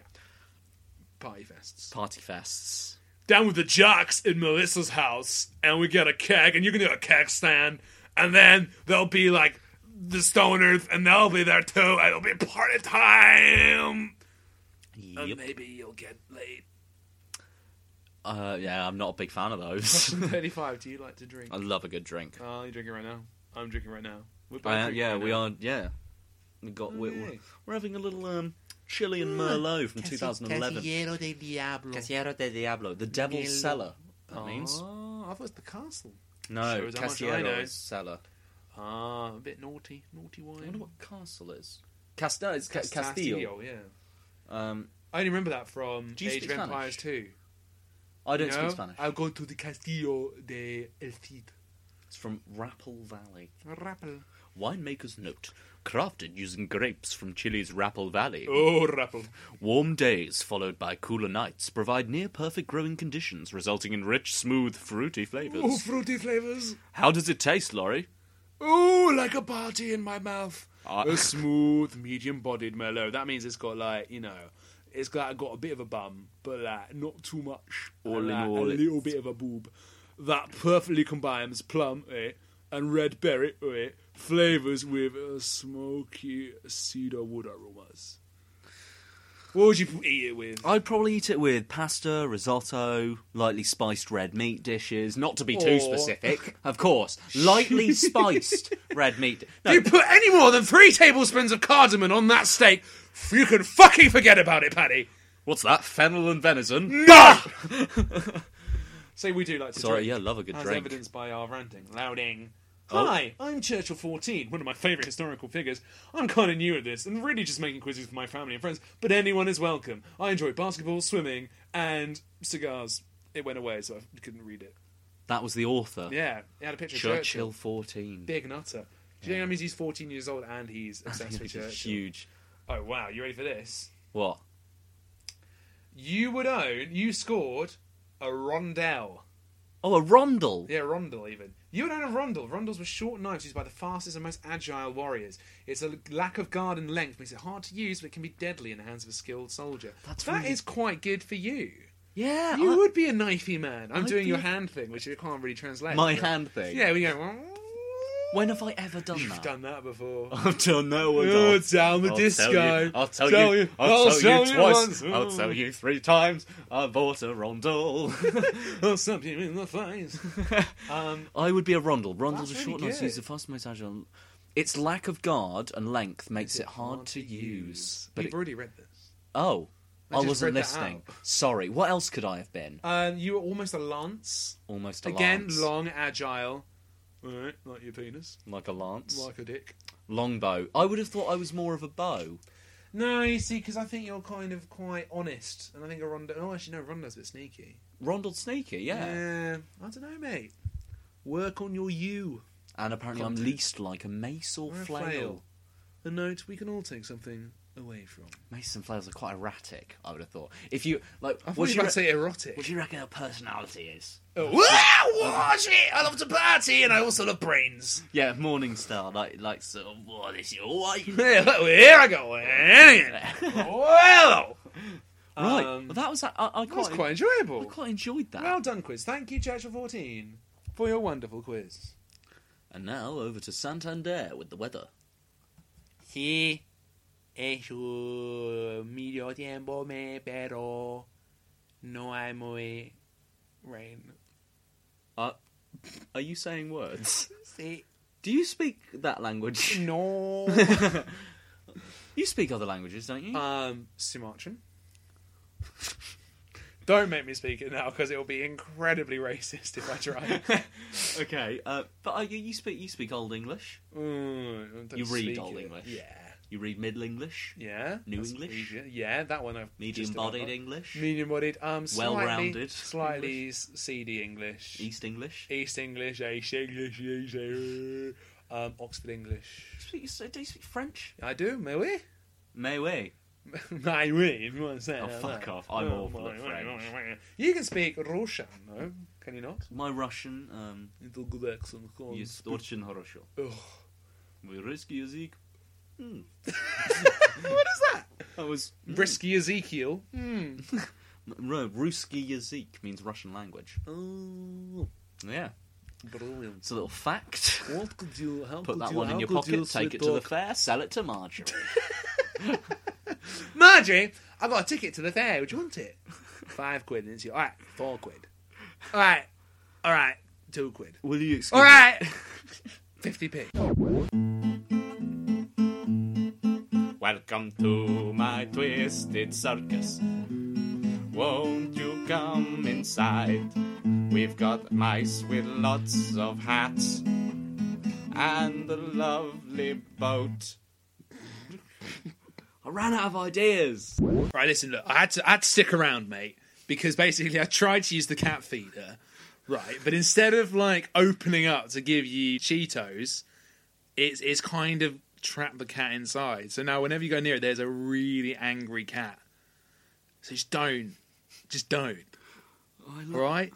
B: Party fests.
E: party fests.
B: Down with the jocks in Melissa's house, and we get a keg, and you can do a keg stand, and then there'll be like the stoners, and they'll be there too, and it'll be party time. And maybe you'll get late.
E: Uh, yeah, I'm not a big fan of those.
B: 35, do you like to drink?
E: I love a good drink.
B: Oh, you're drinking right now. I'm drinking right now. We're both
E: I, Oh,
B: drinking
E: yeah,
B: right
E: we
B: now.
E: are. Yeah, we got. We're, we're, we're having a little um, chili and merlot from 2011. Casillero de Diablo. Casillero de Diablo. The Devil's Cellar. That means
B: Oh, I thought it was the castle.
E: no.
B: Shows how much I know.
E: Casillero is cellar.
B: Ah, a bit naughty, naughty wine.
E: I wonder what castle is. Castel is ca- Castile.
B: yeah.
E: Um,
B: I only remember that from
E: Do you
B: Age of
E: speak Spanish?
B: Empires 2.
E: I don't
B: you know?
E: speak Spanish.
B: I'll go to the Castillo de El Cid.
E: It's from Rappel Valley.
B: Rappel.
E: Winemaker's note. Crafted using grapes from Chile's Rapal Valley.
B: Oh, Rappel.
E: Warm days followed by cooler nights provide near perfect growing conditions, resulting in rich, smooth, fruity flavors.
B: Oh, fruity flavours.
E: How does it taste, Laurie?
B: Oh, like a party in my mouth. a smooth, medium-bodied mellow. That means it's got like you know, it's got got a bit of a bum, but like not too much.
E: All
B: and,
E: in
B: like,
E: all,
B: a
E: it's-
B: little bit of a boob. That perfectly combines plum eh, and red berry eh, flavors with uh, smoky cedar wood aromas. What would you p- eat it with?
E: I'd probably eat it with pasta, risotto, lightly spiced red meat dishes. Not to be
B: Or-
E: too specific, of course. Lightly spiced red meat. No,
B: You put any more than three tablespoons of cardamom on that steak, you can fucking forget about it, Paddy.
E: what's that? Fennel and venison.
B: No. Say we do like to
E: Sorry,
B: drink.
E: yeah, love a good
B: as
E: drink. Oh.
B: evidenced by our ranting, louding. Hi, I'm Churchill fourteen, one of my favourite historical figures. I'm kind of new at this and really just making quizzes for my family and friends, but anyone is welcome. I enjoy basketball, swimming, and cigars. It went away, so I couldn't read it.
E: That was the author.
B: Yeah, it had a picture of
E: Churchill
B: Churchill,
E: fourteen.
B: big nutter. Do you know that means he's fourteen years old and he's obsessed with Churchill?
E: Huge.
B: Oh wow, you ready for this?
E: What?
B: You would own. You scored a rondel.
E: Oh, a rondel.
B: Yeah, rondel even. You would own a rondel. Rondels were short knives used by the fastest and most agile warriors. Its a lack of guard and length makes it hard to use, but it can be deadly in the hands of a skilled soldier. That's quite good for you.
E: Yeah,
B: You
E: I-
B: would be a knifey man. I'm
E: I'd
B: doing
E: be
B: your
E: a-
B: hand thing, which you can't really translate.
E: My
B: but-
E: hand thing?
B: Yeah, we go.
E: When have I ever done
B: You've
E: that?
B: done that before.
E: I've done no one.
B: Oh,
E: I'll-
B: down the
E: I'll
B: disco.
E: tell you- I'll tell,
B: Tell
E: you.
B: you-
E: I'll,
B: I'll
E: tell,
B: tell
E: you
B: you
E: twice.
B: once.
E: I'll tell you three times. I bought a rondel.
B: Oh, something in the face. um,
E: I would be a rondel. Rondel's
B: That's
E: a
B: really
E: short knife
B: good.
E: used the fast most agile. Its lack of guard and length makes it, hard, to use. But
B: You've
E: it-
B: already read this.
E: oh,
B: I
E: I,
B: just read
E: wasn't
B: that
E: listening.
B: out.
E: Sorry. What else could I have been?
B: Um, you were almost a lance.
E: Almost a
B: Again,
E: lance.
B: long, agile. Alright, like your penis.
E: like a lance,
B: Like a dick.
E: longbow. I would have thought I was more of a bow.
B: No, you see, because I think you're kind of quite honest. And I think a Rondo. Oh, actually, no, Rondo's a bit sneaky.
E: Rondel sneaky, yeah.
B: I don't know, mate. Work on your you.
E: And apparently, I'm least like a mace or
B: Or a
E: flail.
B: flail. A note we can all take something away from.
E: Mace and flails are quite erratic. I would have thought. If you like,
B: I thought you
E: what
B: were
E: do
B: about
E: you,
B: to
E: re-
B: say erotic.
E: what do you reckon her personality is?
B: Oh, wow, watch it! I love to party and I also love brains.
E: Yeah, morning star, like like sort of. What is your wife?
B: Yeah, well, Oh, Here I go. eh? Well,
E: Right.
B: Um,
E: well, that was I, I
B: that was
E: quite,
B: quite enjoyable.
E: I quite enjoyed that.
B: Well done, quiz. Thank you, Churchill 14, for your wonderful quiz.
E: and now over to Santander with the weather.
C: Sí, es un uh, medio tiempo, me, pero no eh, hay muy rain.
E: Uh, are you saying words?
C: Sí,
E: Do you speak that language?
B: No.
E: You speak other languages, don't you?
B: um, Sumatran. Don't make me speak it now because it will be incredibly racist if I try.
E: okay, uh, but uh, you, you speak you speak Old English.
B: Mm, don't
E: You read
B: speak
E: Old
B: it.
E: English.
B: Yeah.
E: You read Middle English,
B: Yeah.
E: New
B: that's
E: English?
B: easier. Yeah, that one I've.
E: medium
B: just about
E: bodied
B: got.
E: English,
B: Medium bodied. Um, slightly-
E: Well-rounded
B: Slightly
E: English.
B: s- seedy English.
E: East English.
B: East English. East English. East English. Um, Oxford English.
E: Speak- you say- do you speak French?
B: I do, may we?
E: Mais oui.
B: I mean, you want to say
E: Oh,
B: that,
E: fuck
B: that.
E: off. I'm
B: Oh,
E: awful
B: my,
E: at
B: my,
E: French.
B: my, my. You can speak Russian, no? Can you not?
E: My Russian, um,
B: Little good accent. come on.
E: jest очень хорошо.
B: Ugh.
E: Mój русский язык.
B: What is that?
E: Hmm. I was
B: Brisky Ezekiel.
E: No, Ruski Yazik means Russian language.
B: Oh,
E: Yeah.
B: brilliant.
E: It's a little fact.
B: What could you? How
E: Put
B: could
E: that
B: you,
E: one
B: how
E: in your
B: could you
E: pocket, take it to the
B: sweet
E: fair, sell it to Marjorie.
B: dog? Marjorie, I got a ticket to the fair. Would you want it? Five quid. And it's you. All right, four quid. All right, all right, two quid.
E: Will you excuse
B: All right, fifty p.
E: Welcome to my twisted circus. Won't you come inside? We've got mice with lots of hats and a lovely boat. I ran out of ideas.
B: Right, listen, look, I had to, I had to stick around, mate, because basically I tried to use the cat feeder, right? But instead of like opening up to give you Cheetos, it's it's kind of trapped the cat inside. So now whenever you go near it, there's a really angry cat. So just don't, just don't. All right,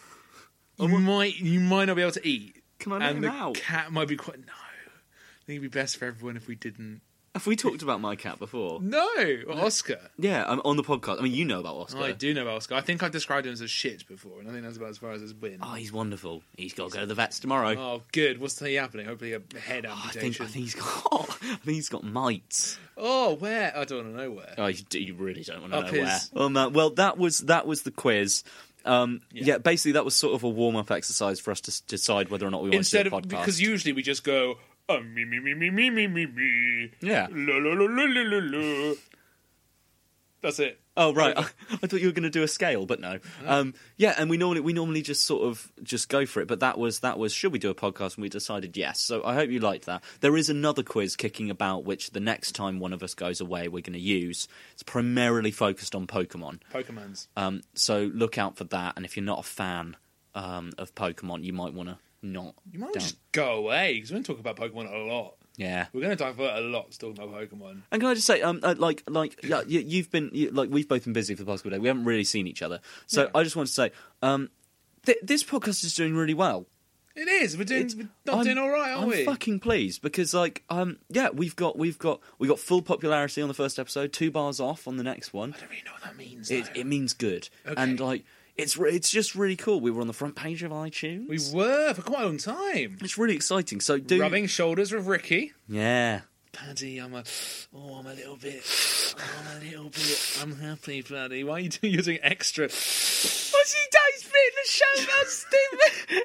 B: you might you might not be able to eat.
E: Can I let
B: and the
E: him out?
B: cat might be quite no. I think it'd be best for everyone if we didn't.
E: Have we talked about my cat before?
B: No, Oscar.
E: Yeah, I'm on the podcast. I mean, you know about Oscar.
B: I do know about Oscar. I think I described him as a shit before, and I think that's about as far as it's been.
E: Oh, he's wonderful. He's got to go to the vets tomorrow.
B: Oh, good. What's he happening? Hopefully, a head
E: Ah, I think
B: amputation.
E: I think he's got. I think he's got mites.
B: Oh, where? I don't know where.
E: Oh, you, do- you really don't want to
B: Up
E: know
B: his-
E: where. Um, uh, well, that was that was the quiz. Um, yeah. basically, that was sort of a warm up exercise for us to s- decide whether or not we want
B: Instead
E: to
B: of
E: do a podcast.
B: because usually we just go uh, me me me me me me me me.
E: Yeah.
B: La la la la la la. la. That's it.
E: Oh right, I, thought you were going to do a scale, but no. Um, yeah, and we normally we normally just sort of just go for it. But that was that was should we do a podcast? And we decided yes. So I hope you liked that. There is another quiz kicking about, which the next time one of us goes away, we're going to use. It's primarily focused on Pokemon.
B: Pokemon's.
E: Um, so look out for that. And if you're not a fan um, of Pokemon, you might want to not.
B: You might
E: down-
B: just go away because we're going to talk about Pokemon a lot.
E: yeah.
B: We're going to divert a lot to talking about Pokemon.
E: And can I just say, um, uh, like, like, yeah, you, you've been, you, like, we've both been busy for the past couple of days. We haven't really seen each other, so I just want to say, um, th- this podcast is doing really well.
B: It is. We're doing.
E: It's-
B: we're not
E: I'm-
B: doing all right, are
E: I'm
B: we?
E: fucking pleased because, like, um, yeah, we've got, we've got, we got full popularity on the first episode, two bars off on the next one.
B: I don't really know what that means.
E: It,
B: though.
E: it means good, and like, it's re- it's just really cool. We were on the front page of iTunes.
B: we were for quite a long time.
E: It's really exciting. So do
B: Rubbing shoulders with Ricky.
E: yeah.
B: Paddy, I'm a, oh, I'm a little bit, I'm a little bit unhappy, Paddy. Why are you doing, you're doing extra? What's he doing? He's being the show now, Stephen.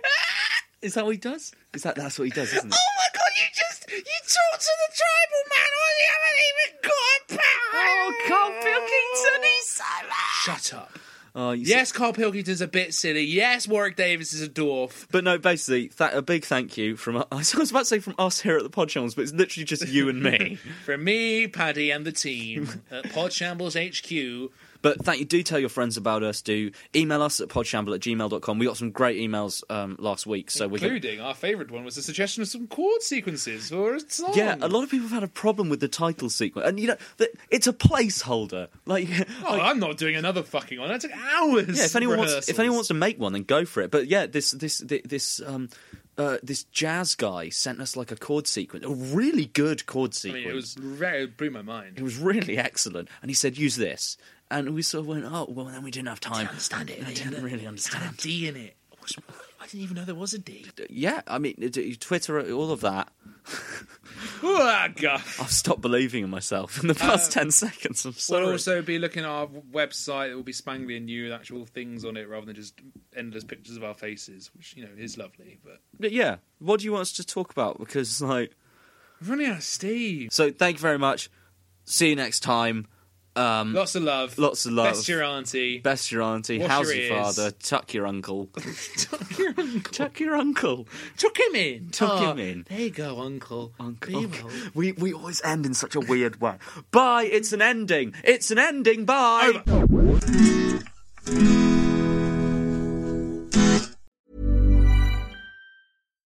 E: Is that what he does? Is that that's what he does, isn't it?
B: oh my God, you just, you talked to the tribal man. I haven't even got a power.
E: Oh, Carl Pilkington, he's
B: so mad. Shut up.
E: Oh, you
B: Yes, Carl Pilkington's a bit silly. Yes, Warwick Davis is a dwarf.
E: But no, basically, th- a big thank you from I was about to say from us here at the Pod Channels, but it's literally just you and me.
B: From me, Paddy, and the team at Podshambles HQ.
E: but thank you. Do tell your friends about us. Do email us at podshamble at gmail.com. We got some great emails um, last week, so we can.
B: Including our favourite one was the suggestion of some chord sequences for a song.
E: Yeah, a lot of people have had a problem with the title sequence, and you know, th- it's a placeholder. Like,
B: Oh, I'm not doing another fucking one. That took hours.
E: yeah, if anyone wants, if
B: rehearsals.
E: anyone wants to make one, then go for it. But yeah, this this thi- this um uh, this jazz guy sent us like a chord sequence, a really good chord
B: I
E: sequence.
B: mean, it was very it blew my mind.
E: It was really excellent. And he said, use this. And we sort of went, oh, well, then we didn't have time. I understand it. I didn't really
B: Had a
E: understand.
B: D in it. What's- I didn't even know there was a D.
E: Yeah, I mean, it- it- Twitter, all of that.
B: Oh, God.
E: I've stopped believing in myself in the past 10 seconds. I'm sorry.
B: Oh. We'll also be looking at our website. It will be spangly and new with actual things on it rather than just endless pictures of our faces, which, you know, is lovely. But
E: But yeah, what do you want us to talk about? Because, like,
B: we're running out of steam.
E: so thank you very much. See you next time. Um,
B: Lots of love.
E: Lots of love.
B: Best your auntie.
E: Best your auntie,
B: Wash
E: how's
B: your
E: your
B: ears.
E: father, tuck your uncle.
B: Tuck your uncle.
E: tuck your uncle.
B: Tuck him in.
E: Tuck
B: Oh,
E: him in.
B: There you go, uncle.
E: Uncle.
B: Be
E: uncle.
B: well.
E: We, we always end in such a weird way. Bye, it's an ending. It's an ending, bye.